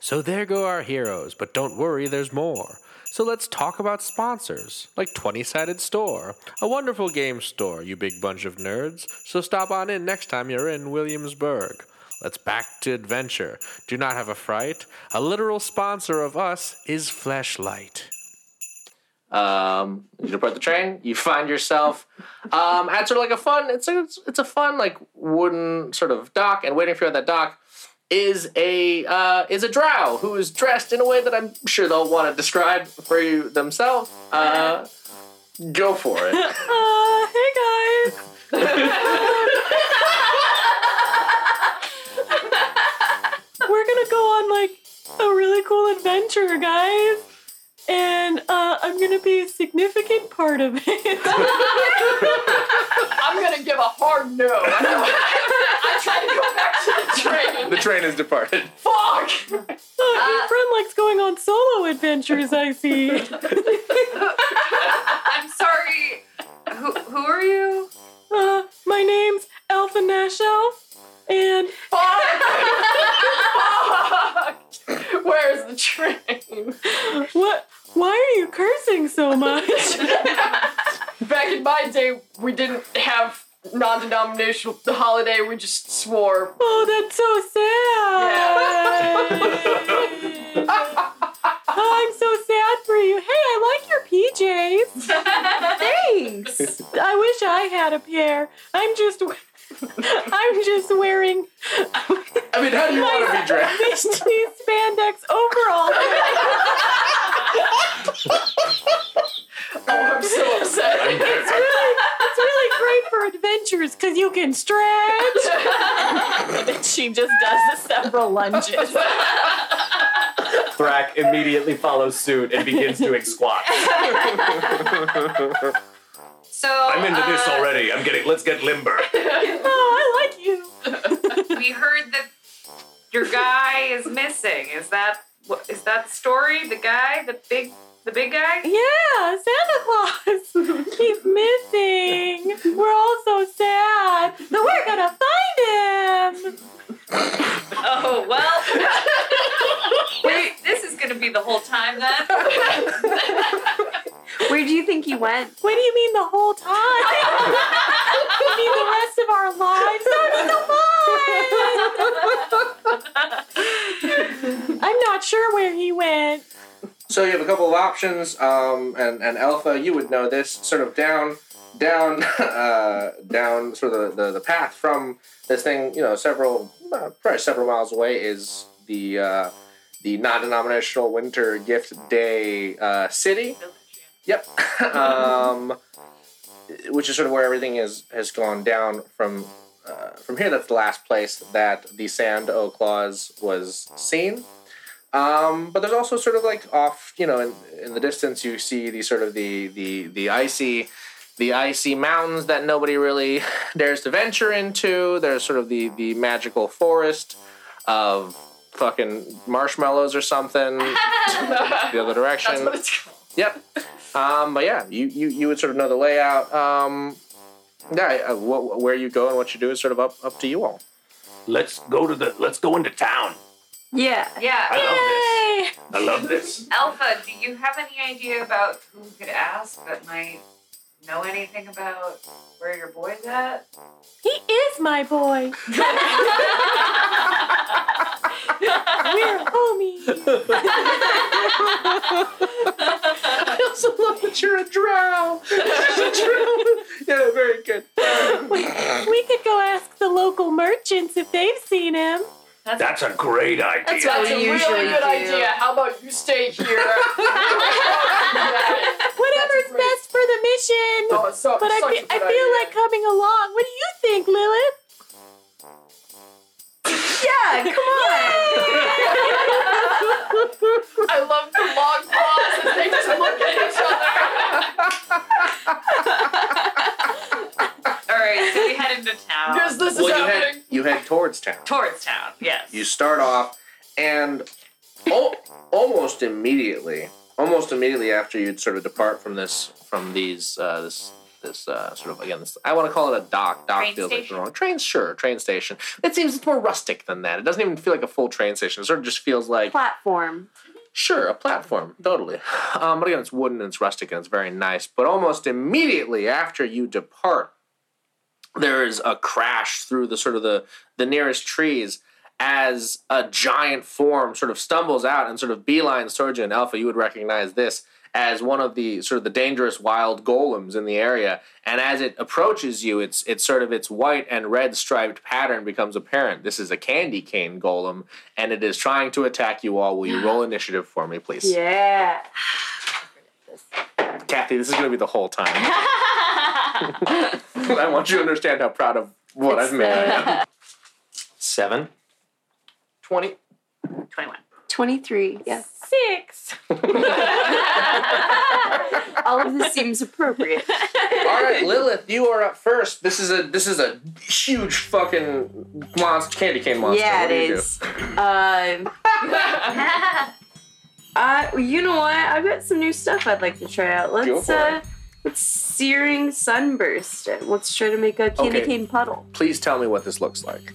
So there go our heroes, but don't worry, there's more. So let's talk about sponsors, like 20 Sided Store, a wonderful game store, you big bunch of nerds. So stop on in next time you're in Williamsburg. Let's back to adventure. Do not have a fright. A literal sponsor of us is Fleshlight. Um, you depart the train. You find yourself um, at sort of like a fun. It's a, it's a fun like wooden sort of dock, and waiting for you at that dock is a uh, is a drow who is dressed in a way that I'm sure they'll want to describe for you themselves. Uh, go for it. Uh, hey guys. We're gonna go on like a really cool adventure, guys. And uh, I'm gonna be a significant part of it. I'm gonna give a hard no. I tried to go back to the train. the train has departed. Fuck! Look, your friend likes going on solo adventures, I see. I'm sorry. Who, who are you? Uh, my name's Alpha Nashel, and Fuck! Where's the train? what? Why are you cursing so much? Back in my day, we didn't have non-denominational holiday. We just swore. Oh, that's so sad. Oh, I'm so sad for you. Hey, I like your PJs. Thanks. I wish I had a pair. I'm just, I'm just wearing I mean, how do you want to be dressed? these spandex overalls. Oh, I'm so upset. It's really, it's really great for adventures because you can stretch. she just does the several lunges. Thrak immediately follows suit and begins doing squats. So I'm into this uh, already. I'm getting. Let's get limber. Oh, I like you. We heard that your guy is missing. Is that what is that story? The guy, the big, the big guy. Yeah, Santa Claus. He's missing. We're all so sad, but we're gonna find him. Oh well. Wait, this is gonna be the whole time then. Where do you think he went? What do you mean the whole time? you mean the rest of our lives? That would be so fun. I'm not sure where he went. So you have a couple of options, um, and and Alpha, you would know this sort of down, down, uh, down sort of the, the, the path from this thing. You know, several uh, probably several miles away is the uh, the non-denominational winter gift day uh, city. Yep, um, which is sort of where everything is has gone down from. Uh, from here, that's the last place that the Sand O Claws was seen. Um, but there's also sort of like off, you know, in, in the distance you see the sort of the the the icy the icy mountains that nobody really dares to venture into. There's sort of the the magical forest of fucking marshmallows or something the other direction. That's what it's called. Yep. Um, but yeah, you, you you would sort of know the layout. Um, yeah, uh, wh- where you go and what you do is sort of up up to you all. Let's go to the. Let's go into town. Yeah. Yeah. I love this. I love this. Alpha, do you have any idea about who we could ask that might know anything about where your boy's at? He is my boy. We're homies. I also love that you're a drow. yeah, very good. We could go ask the local merchants if they've seen him. That's a great idea. That's what That's we a usually really good do. idea. How about you stay here? Whatever's great. best for the mission. Oh, it's so, But I, such a fe- I good feel idea. like coming along. What do you think, Lilith? Yeah, come on. uh, I love the long pauses. They just look at each other. All right, so we head into town. Because this Well, you is happening. head, you head towards town. Towards town. Yes. You start off, and al- almost immediately, almost immediately after you'd sort of depart from this, from these, uh, this, this uh, sort of again, this, I want to call it a dock. Dock Train feels like the station. wrong train. Sure, train station. It seems it's more rustic than that. It doesn't even feel like a full train station. It sort of just feels like Platform. Sure, a platform, totally. Um, but again, it's wooden and it's rustic and it's very nice. But almost immediately after you depart, there is a crash through the sort of the the nearest trees as a giant form sort of stumbles out and sort of beelines towards you. And Alpha, you would recognize this as one of the sort of the dangerous wild golems in the area. And as it approaches you, it's it's sort of its white and red striped pattern becomes apparent. This is a candy cane golem, and it is trying to attack you all. Will you roll initiative for me, please? Yeah. Kathy, this is going to be the whole time. I want you to understand how proud of what I've made. I uh, am. Seven. 20. 21. 23. Yeah. Six. All of this seems appropriate. All right, Lilith, you are up first. This is a this is a huge fucking monster, candy cane monster. yeah, what it do you is. Um, I, Uh, you know what? I've got some new stuff I'd like to try out. Let's Go for uh, it. let's searing sunburst. and Let's try to make a candy Okay. cane puddle. Do? Please tell me what this looks like.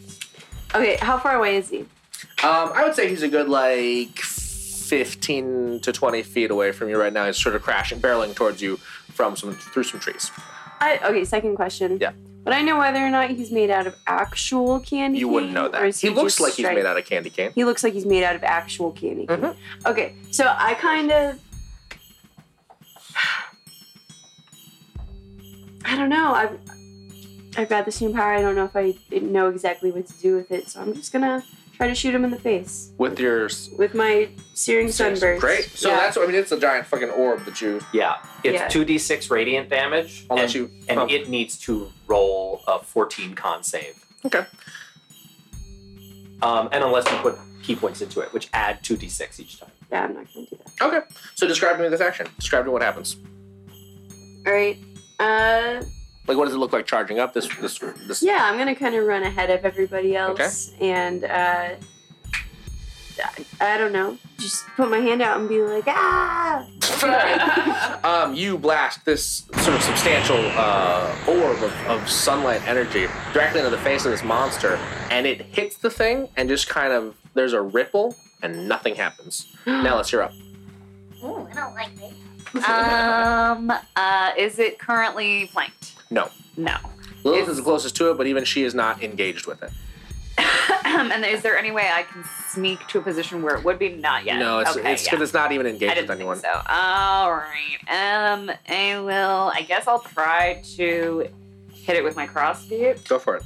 Okay, how far away is he? Um, I would say he's a good like fifteen to twenty feet away from you right now. He's sort of crashing, barreling towards you from some through some trees. I, okay, second question. Yeah. Would I know whether or not he's made out of actual candy You cane? wouldn't know or that. is He looks just like he's straight- made out of candy cane. He looks like he's made out of actual candy cane. Mhm. Okay, so I kind of. I don't know. I've, I've got this new power. I don't know if I know exactly what to do with it, so I'm just gonna try to shoot him in the face With your s- with my searing sunburst. great. So Yeah. that's what I mean. It's a giant fucking orb that you Yeah, Yeah. it's two d six radiant damage, unless and, you and oh, it needs to roll a fourteen con save. Okay. Um, and unless you put key points into it, which add two d six each time. Yeah, I'm not gonna do that. Okay. So describe to me this action. Describe to me what happens. All right. Uh, Like, what does it look like charging up? This, this, this. yeah, I'm gonna kind of run ahead of everybody else, and uh, I, I don't know, just put my hand out and be like, ah. um, you blast this sort of substantial uh, orb of, of sunlight energy directly into the face of this monster, and it hits the thing, and just kind of there's a ripple, and nothing happens. Nellis, you're up. Ooh, I don't like that. um, uh, is it currently flanked? No. No. Lilith is the closest to it, but even she is not engaged with it. and is there any way I can sneak to a position where it would be? Not yet. No, it's okay, it's yeah. because it's not even I engaged didn't with think anyone. so. All right. Um, I will. I guess I'll try to hit it with my crossbeat. Go for it.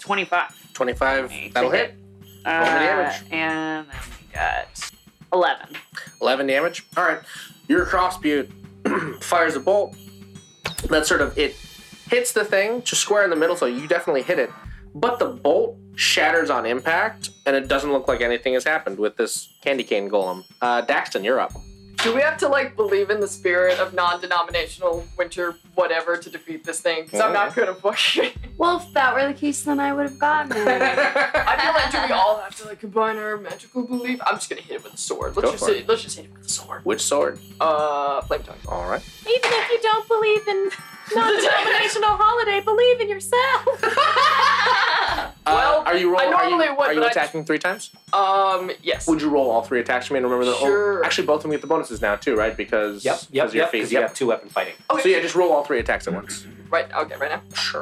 Twenty-five. Twenty-five. Okay, That'll take hit. Uh, damage. and then we got eleven. 11 damage. All right. Your crossbeam fires a bolt. That sort of it hits the thing just square in the middle, so you definitely hit it. But the bolt shatters on impact, and it doesn't look like anything has happened with this candy cane golem. Uh, Daxton, you're up. Do we have to like believe in the spirit of non-denominational winter whatever to defeat this thing? Because I'm not gonna fucking. Well, if that were the case, then I would have gotten it. Go I feel like do we all have to like combine our magical belief? I'm just gonna hit it with a sword. Let's Go just for hit, let's just hit it with a sword. Which sword? Uh, flame tongue. All right. Even if you don't believe in non-denominational holiday, believe in yourself. Uh, Well, are you rolling? I Are you, normally would, are you but I attacking three times? Um, yes. Would you roll all three attacks for me? And remember that. Sure. actually, both of them get the bonuses now too, right? Because Yep, yep, because of your yep. fees. Because you have two weapon fighting. Okay. So yeah, just roll all three attacks at once. right. Okay, right now. Sure.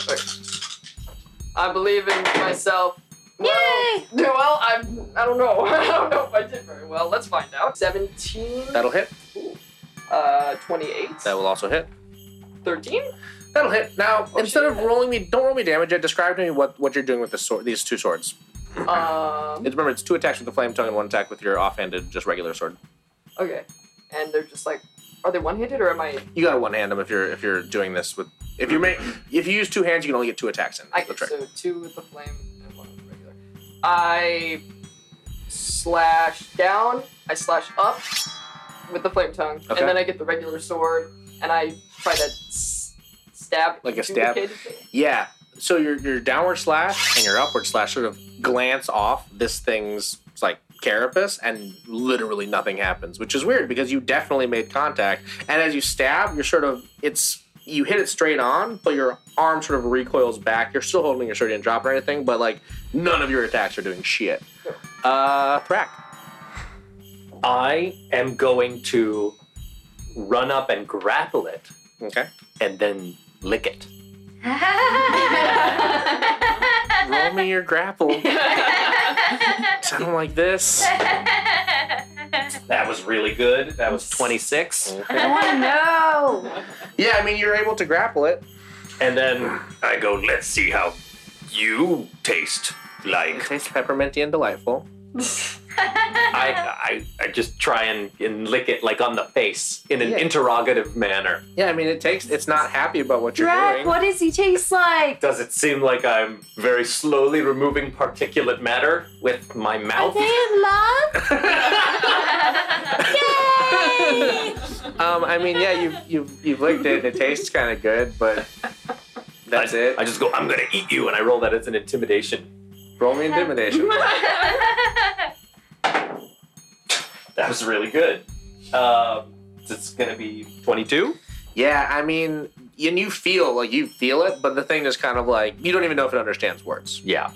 I believe in myself. Well, Yay! Well, I'm. I don't know. I don't know if I did very well. Let's find out. Seventeen. That'll hit. Uh, twenty-eight. That will also hit. Thirteen. That'll hit. Now, Oh, instead shit. of rolling me, don't roll me damage yet. Describe to me what, what you're doing with the sword, these two swords. Um. It's, remember, it's two attacks with the flame tongue and one attack with your offhanded, just regular sword. Okay. And they're just like, are they one-handed or am I? You gotta one hand them if you're if you're doing this with if you make if you use two hands, you can only get two attacks in. I That's the get trick. so two with the flame and one with regular. I slash down. I slash up with the flame tongue, Okay. and then I get the regular sword, and I try to s- stab. Like a into stab? the kid. Yeah. So your your downward slash and your upward slash sort of glance off this thing's like carapace, and literally nothing happens, which is weird because you definitely made contact. And as you stab, you're sort of it's you hit it straight on, but your arm sort of recoils back. You're still holding your sword, you didn't drop or anything, but like none of your attacks are doing shit. Uh, Prak. I am going to run up and grapple it Okay. and then lick it. Roll me your grapple. 'Cause I don't like this. That was really good. That was 26. Okay. want to know. Yeah, I mean, you're able to grapple it. And then I go, let's see how you taste It like. tastes pepperminty and delightful. I, I, I just try and, and lick it like on the face in an Yeah. interrogative manner. Yeah, I mean, it takes, it's not happy about what you're Drac, doing. what does he taste like? Does it seem like I'm very slowly removing particulate matter with my Are mouth? they in love? Yay! Um, I mean, yeah, you've, you've, you've licked it. It tastes kind of good, but that's I, it. I just go, I'm gonna eat you, and I roll that as an intimidation. Roll me intimidation. That was really good. Um, it's gonna be 22. Yeah, I mean, and you feel like you feel it, but the thing is kind of like you don't even know if it understands words. Yeah.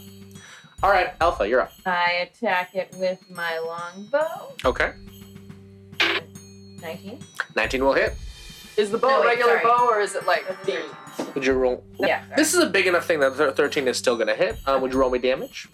All right, Alpha, you're up. I attack it with my longbow. Okay, 19. 19 will hit. Is the bow No, a wait, regular sorry. bow or is it like That's themed? Would you roll? Yeah. This is a big enough thing that thir- 13 is still gonna hit. Um, would you roll me damage?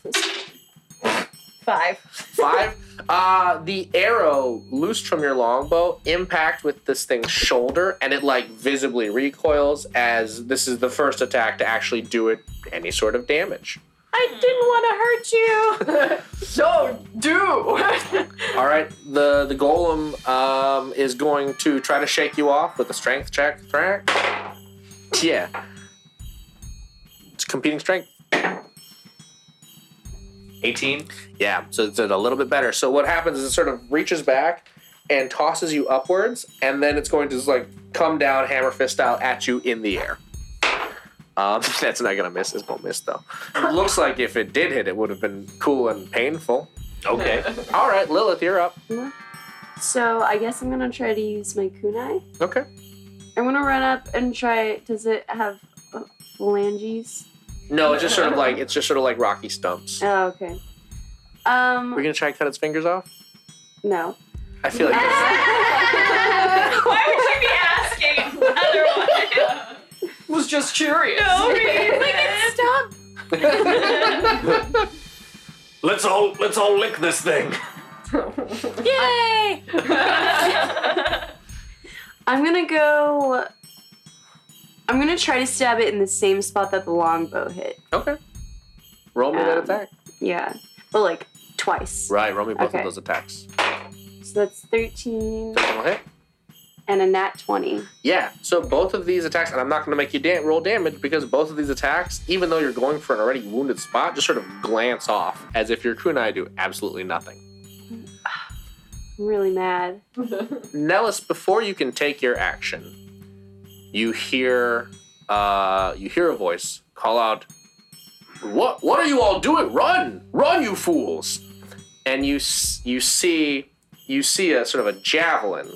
Five. Five. Uh, the arrow loosed from your longbow impact with this thing's shoulder, and it like visibly recoils as this is the first attack to actually do it any sort of damage. I didn't want to hurt you. No, do. All right, the the golem um, is going to try to shake you off with a strength check. Thrack. Yeah. It's competing strength. 18. Yeah, so it's a little bit better. So what happens is it sort of reaches back and tosses you upwards, and then it's going to just like come down hammer fist style at you in the air. Um, that's not gonna miss. It's gonna miss though. It looks like if it did hit, it would have been cool and painful. Okay. All right, Lilith, you're up. So I guess I'm gonna try to use my kunai. Okay. I'm gonna run up and try. Does it have uh, phalanges? No, it's just sort of like it's just sort of like rocky stumps. Oh, okay. We're Um, gonna try to cut its fingers off. no. I feel like this. Why would you be asking otherwise? Was just curious. Stop. Let's all let's all lick this thing. Yay! I'm gonna go. I'm gonna try to stab it in the same spot that the longbow hit. Okay. Roll me that Um, attack. Yeah, but like twice. Right, roll me both okay. of those attacks. So that's 13 Double hit. and a nat 20. Yeah, so both of these attacks, and I'm not going to make you da- roll damage because both of these attacks, even though you're going for an already wounded spot, just sort of glance off as if your kunai do absolutely nothing. I'm really mad. Nellis, before you can take your action, you hear uh, you hear a voice call out, "What? What are you all doing? Run! Run, you fools!" And you s- you see you see a sort of a javelin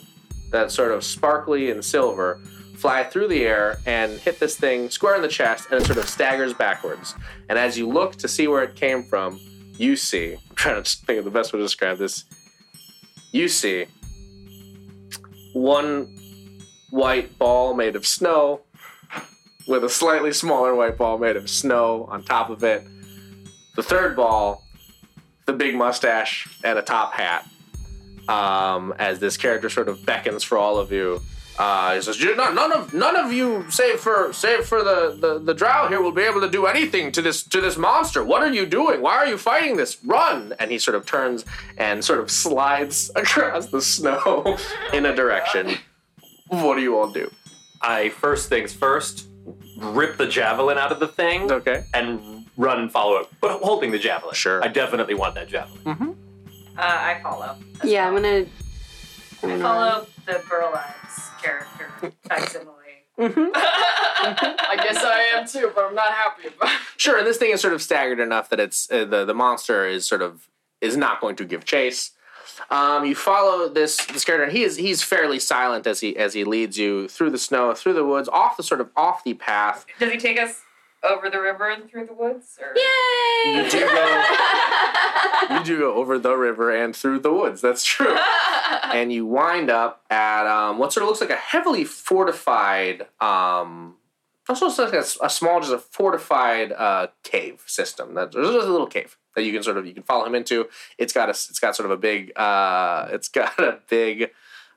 that's sort of sparkly and silver fly through the air and hit this thing square in the chest, and it sort of staggers backwards. And as you look to see where it came from, you see. I'm trying to think of the best way to describe this. You see one white ball made of snow with a slightly smaller white ball made of snow on top of it. The third ball, the big mustache and a top hat. Um, as this character sort of beckons for all of you, uh, he says, "You- none, "None of none of you, save for save for the, the the drow here, will be able to do anything to this to this monster. What are you doing? Why are you fighting this? Run!" And he sort of turns and sort of slides across the snow in a direction. What do you all do? I first things first, rip the javelin out of the thing Okay. and run and follow it, but holding the javelin. Sure. I definitely want that javelin. Uh, I follow. yeah, I'm gonna. I'm I gonna follow the Burlives character facsimile. I guess I am too, but I'm not happy about it. Sure, and this thing is sort of staggered enough that it's uh, the the monster is sort of is not going to give chase. Um, you follow this this character, and he is he's fairly silent as he as he leads you through the snow, through the woods, off the sort of off the path. Does he take us over the river and through the woods? Or? You do go you do go over the river and through the woods. That's true. and you wind up at um, what sort of looks like a heavily fortified, um, also looks like a, s- a small, just a fortified uh, cave system. That, there's just a little cave that you can sort of you can follow him into. It's got a s- it's got sort of a big uh, it's got a big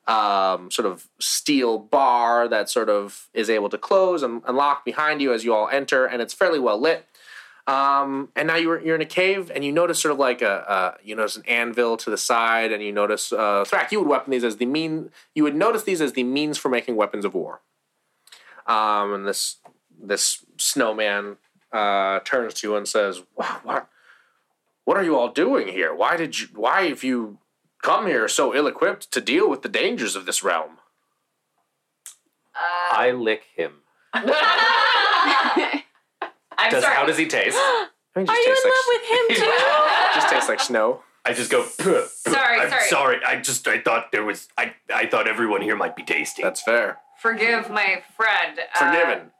um, sort of steel bar that sort of is able to close and, and lock behind you as you all enter, and it's fairly well lit. Um, and now you're you're in a cave, and you notice sort of like a uh, you notice an anvil to the side, and you notice uh, Thrak. You would weapon these as the mean. You would notice these as the means for making weapons of war. Um, and this this snowman uh, turns to you and says, "Wow, what what are you all doing here? Why did you? Why have you come here so ill equipped to deal with the dangers of this realm?" Uh, I lick him. I'm Does, sorry. how does he taste? I mean, it just tastes like with him it just tastes like snow. I just go. "Puh, puh." Sorry, I'm sorry. sorry. I just I thought there was I I thought everyone here might be tasty. That's fair. Forgive my friend. Uh, Forgiven.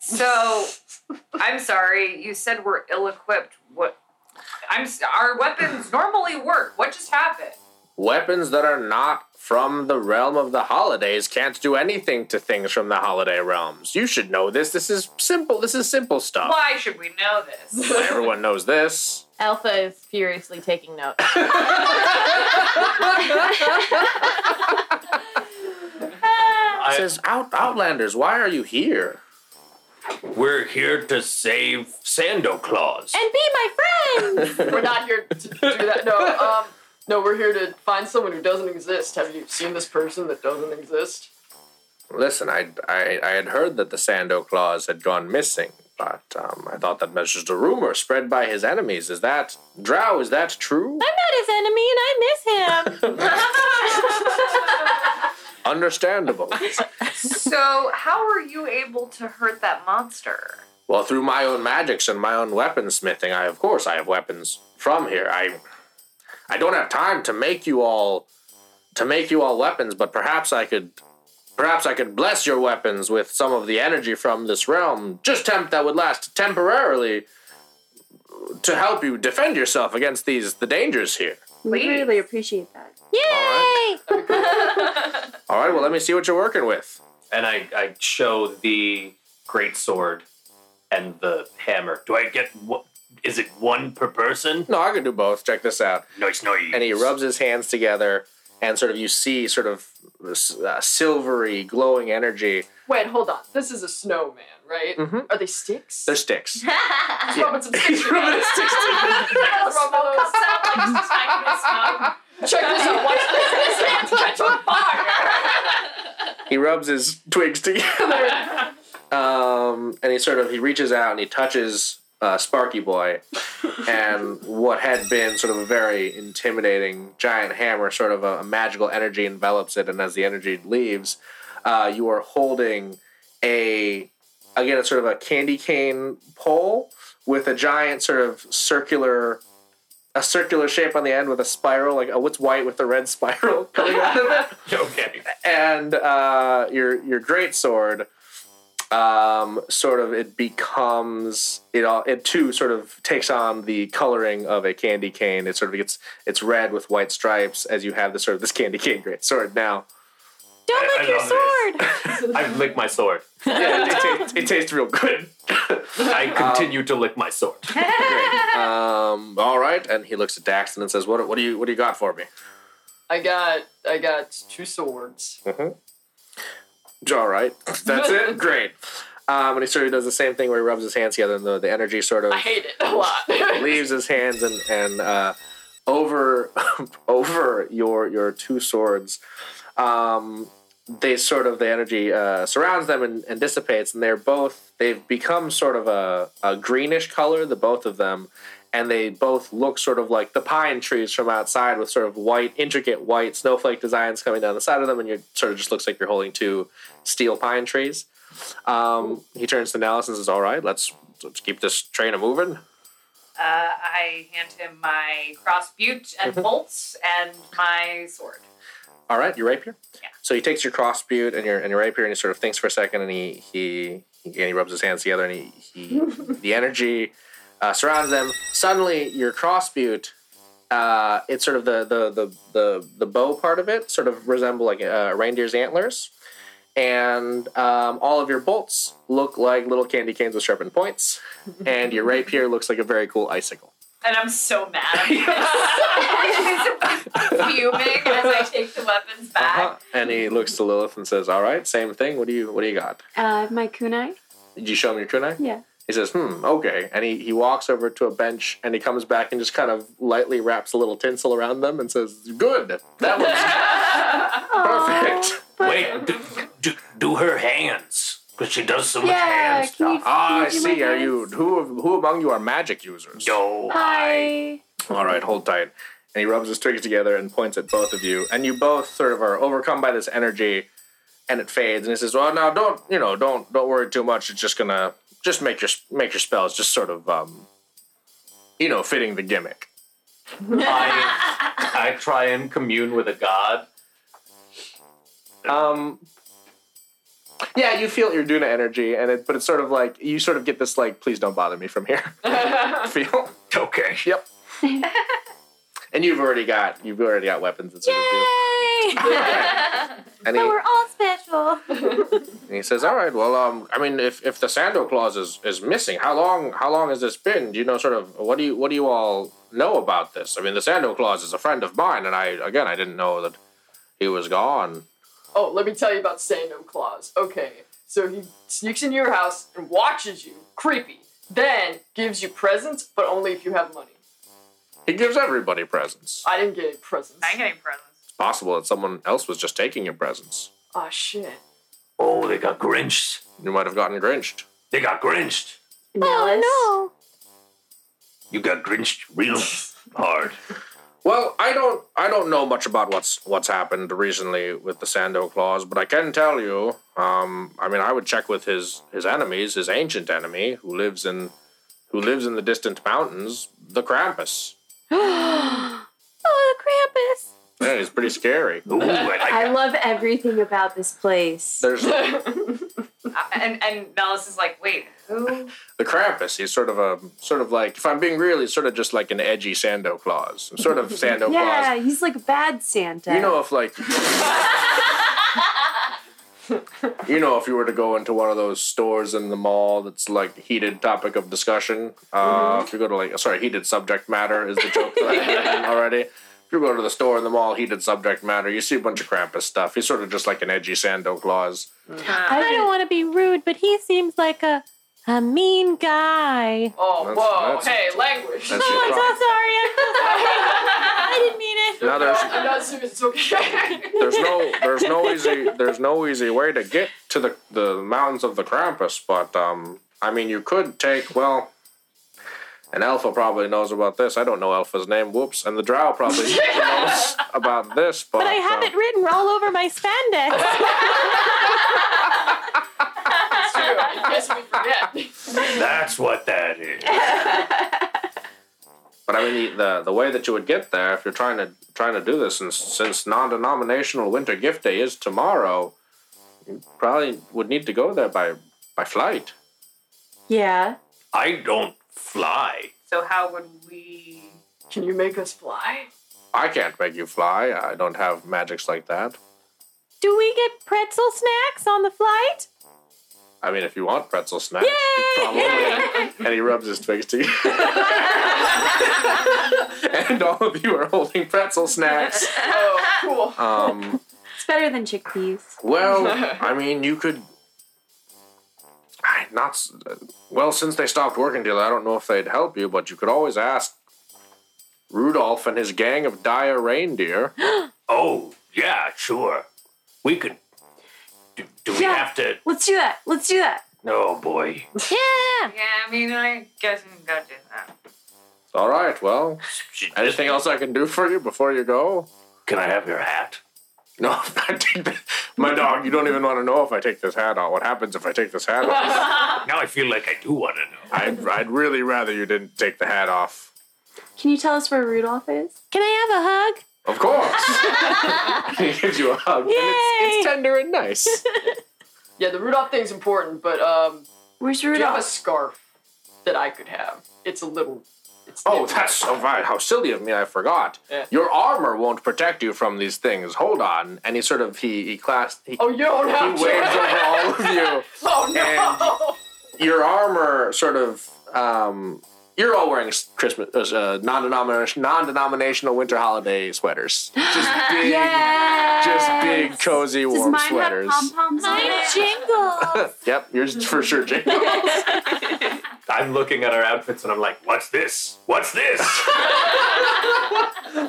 So, I'm sorry. You said we're ill-equipped. What? I'm. s- Our weapons normally work. What just happened? Weapons that are not from the realm of the holidays can't do anything to things from the holiday realms. You should know this. This is simple. This is simple stuff. Why should we know this? Everyone knows this. Alpha is furiously taking notes. It I, says Out- Outlanders, why are you here? we're here to save Sando Claus. and be my friend! We're not here to do that. No, um, no, we're here to find someone who doesn't exist. Have you seen this person that doesn't exist? Listen, I, I, I had heard that the Sando Claus had gone missing, but um, I thought that was just a rumor spread by his enemies. Is that Drow? Is that true? I'm not his enemy and I miss him. Understandable. so, how were you able to hurt that monster? Well, through my own magics and my own weaponsmithing, I of course I have weapons from here. I I don't have time to make you all to make you all weapons, but perhaps I could perhaps I could bless your weapons with some of the energy from this realm. Just temp that would last temporarily to help you defend yourself against these the dangers here. We really appreciate that. Uh, right. Yay! All right, well, let me see what you're working with. And I, I show the great sword and the hammer. Do I get what? Is it one per person? No, I can do both. Check this out. Nice, nice. and he rubs his hands together and sort of you see sort of this, uh, silvery glowing energy Wait, hold on. This is a snowman, right? Mhm. Are they sticks? they're sticks Let's rub it some sticks. Rub it in sticks. Let's rub all those- Check this out. Watch this. This man's catch on fire. he rubs his twigs together um, and he sort of he reaches out and he touches uh, sparky boy and what had been sort of a very intimidating giant hammer sort of a, a magical energy envelops it and as the energy leaves uh, you are holding a again it's sort of a candy cane pole with a giant sort of circular a circular shape on the end with a spiral like a, what's white with the red spiral coming out of it okay. and uh, your your great sword um, sort of it becomes it all it too sort of takes on the coloring of a candy cane it sort of gets it's red with white stripes as you have this sort of this candy cane great sword now Don't I- I lick your love sword! I lick my sword. yeah, it, ta- it tastes real good I continue to lick my sword. um, all right and he looks at Daxton and says what, what do you what do you got for me I got, I got two swords. all right that's it great um, and he sort of does the same thing where he rubs his hands together and the, the energy sort of I hate it a lot. leaves his hands and and uh, over over your your two swords. Um, they sort of the energy uh, surrounds them and, and dissipates, and they're both they've become sort of a, a greenish color, the both of them, and they both look sort of like the pine trees from outside with sort of white, intricate white snowflake designs coming down the side of them, and you sort of just looks like you're holding two steel pine trees. Um, he turns to Nellis and says, "All right, let's let's keep this train a moving." Uh, I hand him my cross butte and bolts and my sword. All right, your rapier. Yeah. So he takes your cross butte and your and your rapier, and he sort of thinks for a second, and he he, he and he rubs his hands together, and he, he the energy uh, surrounds them. Suddenly, your cross butte uh, it's sort of the the, the the the bow part of it sort of resemble like a reindeer's antlers, and um, all of your bolts look like little candy canes with sharpened points, and your rapier looks like a very cool icicle. And I'm so mad. I'm fuming as I take the weapons back. Uh-huh. And he looks to Lilith and says, "All right, same thing. What do you what do you got? Uh, my kunai? Did you show him your kunai?" Yeah. He says, "Hmm, okay." And he he walks over to a bench and he comes back and just kind of lightly wraps a little tinsel around them and says, "Good. That was perfect." Wait, do, do, do her hands. Because she does so much Yeah, hand can you- stuff. Ah, I Can you do my see. Are you dance? who of- who among you are magic users? No. Hi. All right, hold tight. And he rubs his twigs together and points at both of you. And you both sort of are overcome by this energy, and it fades. And he says, "Well, now don't you know? Don't don't worry too much. It's just gonna just make your make your spells just sort of um, you know, fitting the gimmick." I, I try and commune with a god. Um, yeah, you feel your Duna energy, and it, but it's sort of like you sort of get this like, please don't bother me from here feel. Okay. Yep. and you've already got you've already got weapons that sort of do. And he, But we're all special. and he says, "All right, well, um, I mean, if if the Sando clause is is missing, how long how long has this been? Do you know sort of what do you what do you all know about this? I mean, the Sando clause is a friend of mine, and I again I didn't know that he was gone. Oh, let me tell you about Sando Claus. Okay, so he sneaks into your house and watches you, creepy. Then gives you presents, but only if you have money. He gives everybody presents. I didn't get any presents. I'm getting presents. It's possible that someone else was just taking your presents. Aw, Ah, shit. Oh, they got grinched. You might have gotten grinched." They got grinched. Oh You got grinched real hard. Well, I don't I don't know much about what's what's happened recently with the Sando Claus, but I can tell you, um, I mean I would check with his his enemies, his ancient enemy, who lives in who lives in the distant mountains, the Krampus. no! Oh, the Krampus! That is pretty scary. Ooh, I like I that. love everything about this place. There's the Uh, and and Nellis is like, wait, Oh, who? Krampus. He's sort of a sort of like if I'm being real, he's sort of just like an edgy Sando Claus. Sort of Sando Claus. Yeah, he's like bad Santa. You know, if like, you know, if you were to go into one of those stores in the mall that's like heated topic of discussion, uh, if you go to like, sorry, heated subject matter is the joke that I had in already. If you go to the store in the mall, heated subject matter, you see a bunch of Krampus stuff. He's sort of just like an edgy Sando Claus. um, I don't want to be rude, but he seems like a a mean guy. Oh, That's- whoa. that's- hey, language. That's Oh, your I'm problem. so sorry. I'm so sorry. I didn't mean it. Now there's I'm not serious. It's okay. there's no there's no easy there's no easy way to get to the the mountains of the Krampus, but um I mean you could take well and Alpha probably knows about this. I don't know Alpha's name. Whoops. And the Drow probably knows about this, but, But I um, have it written all over my spandex. It's true. In case we forget. That's what that is. But I mean the, the the way that you would get there if you're trying to trying to do this since since non-denominational winter gift day is tomorrow, you probably would need to go there by by flight. yeah. I don't fly. So how would we? Can you make us fly? I can't make you fly. I don't have magics like that. Do we get pretzel snacks on the flight? I mean, if you want pretzel snacks, probably. and he rubs his twigs together. and all of you are holding pretzel snacks. Oh, cool. Um, It's better than chickpeas. well, I mean, you could. I- Not s- well. Since they stopped working together, I don't know if they'd help you, but you could always ask Rudolph and his gang of dire reindeer. Oh, yeah, sure. We could. Do, do we Yeah. have to? Let's do that. Let's do that. Oh boy. Yeah. Yeah, I mean, I guess we can go do that. All right. Well, She- anything else I can do for you before you go? Can I have your hat? No, I take this. My dog, you don't even want to know if I take this hat off. What happens if I take this hat off? Now I feel like I do want to know. I'd, I'd really rather you didn't take the hat off. Can you tell us where Rudolph is? Can I have a hug? Of course. he gives you a hug. And it's, it's tender and nice. Yeah, the Rudolph thing's important, but um, Where's do you have a Rudolph? scarf that I could have? It's a little It's Oh, that's so fine. How silly of me! I forgot. Yeah. Your armor won't protect you from these things. Hold on. And he sort of he he clasped. He, Oh, you don't he have waves to. over all of you. oh no. Your armor sort of. Um, you're all wearing s- Christmas uh, non-denominational, non-denominational winter holiday sweaters. Just big, Yes. just big, cozy, Does warm mine sweaters. have pom poms on it? Jingle. Yep, yours for sure, Jingle. I'm looking at our outfits and I'm like, what's this? What's this?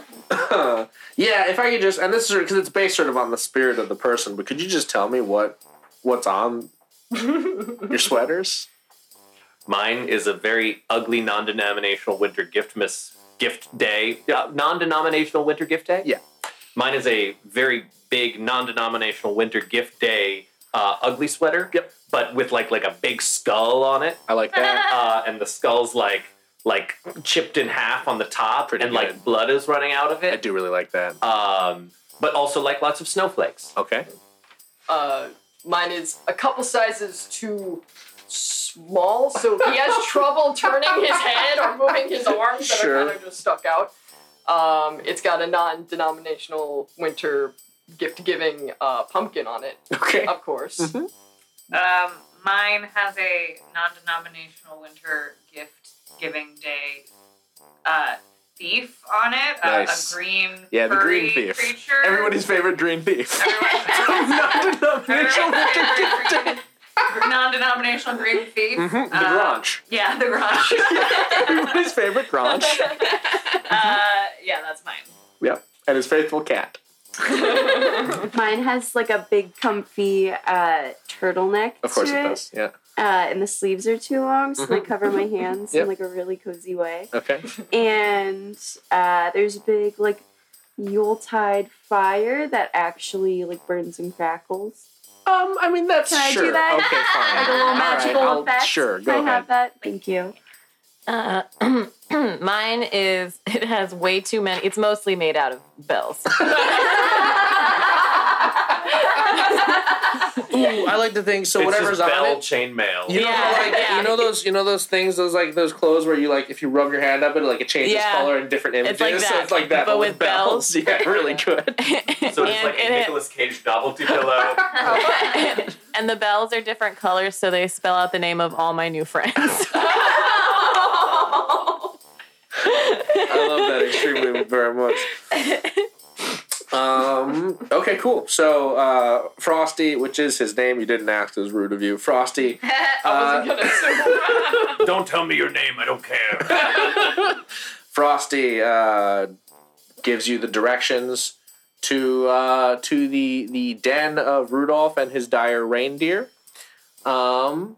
yeah, if I could just, and this is because it's based sort of on the spirit of the person, but could you just tell me what what's on your sweaters? Mine is a very ugly non-denominational winter gift miss gift day. Uh, non-denominational winter gift day. Yeah. Mine is a very big non-denominational winter gift day uh, ugly sweater. Yep. But with like like a big skull on it, I like that. uh, and the skull's like like chipped in half on the top, Pretty and good. like blood is running out of I it. do really like that. Um, but also like lots of snowflakes. Okay. Uh, mine is a couple sizes too small, so he has trouble turning his head or moving his arms that Sure. are kind of just stuck out. Um, it's got a non-denominational winter gift-giving uh, pumpkin on it, Okay. of course. Um, mine has a non-denominational winter gift giving day uh, thief on it. a- Nice. A, green Yeah, the green furry thief. creature. Everybody's favorite green thief. Non-denominational Everyone's winter gift. favorite green- gr- non-denominational green thief. Mhm, The Uh, Grange. Yeah, the Grange. Everybody's favorite Grange. uh, yeah, that's mine. Yep. And his faithful cat. Mine has like a big, comfy uh, turtleneck. Of course to it does. Yeah. Uh, and the sleeves are too long, so they cover my hands Yep. in like a really cozy way. Okay. And uh, there's a big like Yuletide fire that actually like burns and crackles. Um, I mean that's Can I do sure. that? Okay, fine. Like a little All right, magical I'll- effect. Sure, Can go I ahead. have that? Thank you. Uh, mine is it has way too many. It's mostly made out of bells. Ooh, I like to think so. it's whatever's just on bell it, chainmail. You know, Yeah, how, like yeah. you know those, you know those things, those like those clothes where you like if you rub your hand up it, like it changes Yeah. color in different images. It's like So that, it's like that, but with bells. Yeah, really good. So it's like a it- Nicolas Cage novelty pillow. and the bells are different colors, so they spell out the name of all my new friends. I love that extremely very much. Um. Okay. Cool. So, uh, Frosty, which is his name, you didn't ask. It was rude of you, Frosty. uh, Don't tell me your name. I don't care. Frosty uh, gives you the directions to uh, to the the den of Rudolph and his dire reindeer. Um,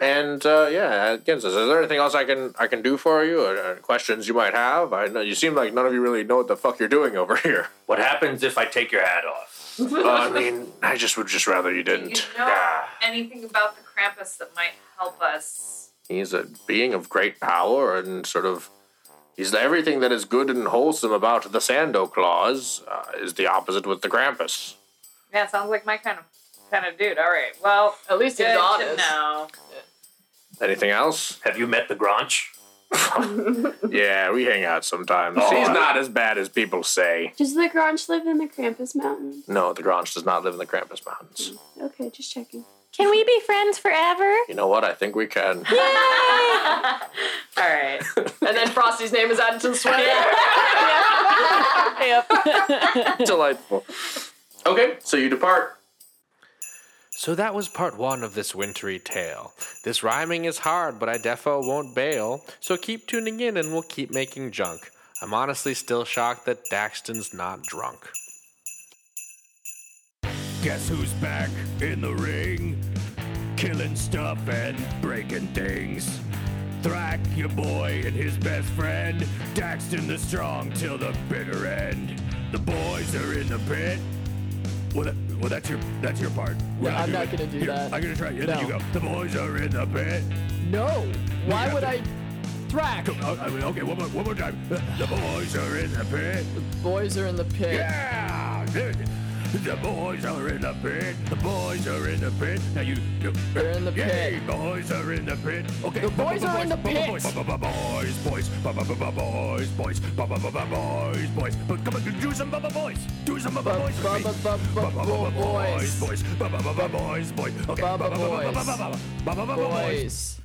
and uh, yeah, again, says, is there anything else I can I can do for you? Or, uh, questions you might have? I know you seem like none of you really know what the fuck you're doing over here. what happens if I take your hat off? Uh, I mean, I just would just rather you Do you didn't. know anything about the Krampus that might help us? He's a being of great power and sort of. He's everything that is good and wholesome about the Sando Claus uh, is the opposite with the Krampus. Yeah, sounds like my kind of kind of dude. All right. Well, At least he's good to honest. know. Anything else? Have you met the Granch? Yeah, we hang out sometimes. Oh, He's I- not as bad as people say. Does the Grange live in the Krampus Mountains? No, the Grange does not live in the Krampus Mountains. Okay, just checking. Can we be friends forever? You know what? I think we can. All right. And then Frosty's name is added to the sweater. Delightful. Okay, so you depart. So that was part one of this wintry tale. This rhyming is hard, but I defo won't bail. So keep tuning in and we'll keep making junk. I'm honestly still shocked that Daxton's not drunk. Guess who's back in the ring? Killing stuff and breaking things. Thrack, your boy, and his best friend. Daxton the Strong till the bitter end. The boys are in the pit. Well, that, well that's your that's your part. We're I'm not doing it. gonna do Here, that. I'm gonna try. Yeah, there you No. go. The boys are in the pit. No. Why Yeah. would I? Thrack. Come on, Oh, I mean, okay, one more, one more time. The boys are in the pit. Boys are in the pit. Yeah! Dude. The boys are in the pit. The boys are in the pit. Now you. They're in the Yay, boys are in the pit. Okay. The boys are in the pit. Boys, boys, bu- bu- bu- bu- boys, boys, bu- bu- bu- bu- boys, boys. But come on, do- do some bubba boys. Do some bubba boys with me. Bubba bubba boys, boys, bubba bubba boys, boys. Okay. Bubba Bubba bubba boys. bubba bubba bubba bubba boys. Boys.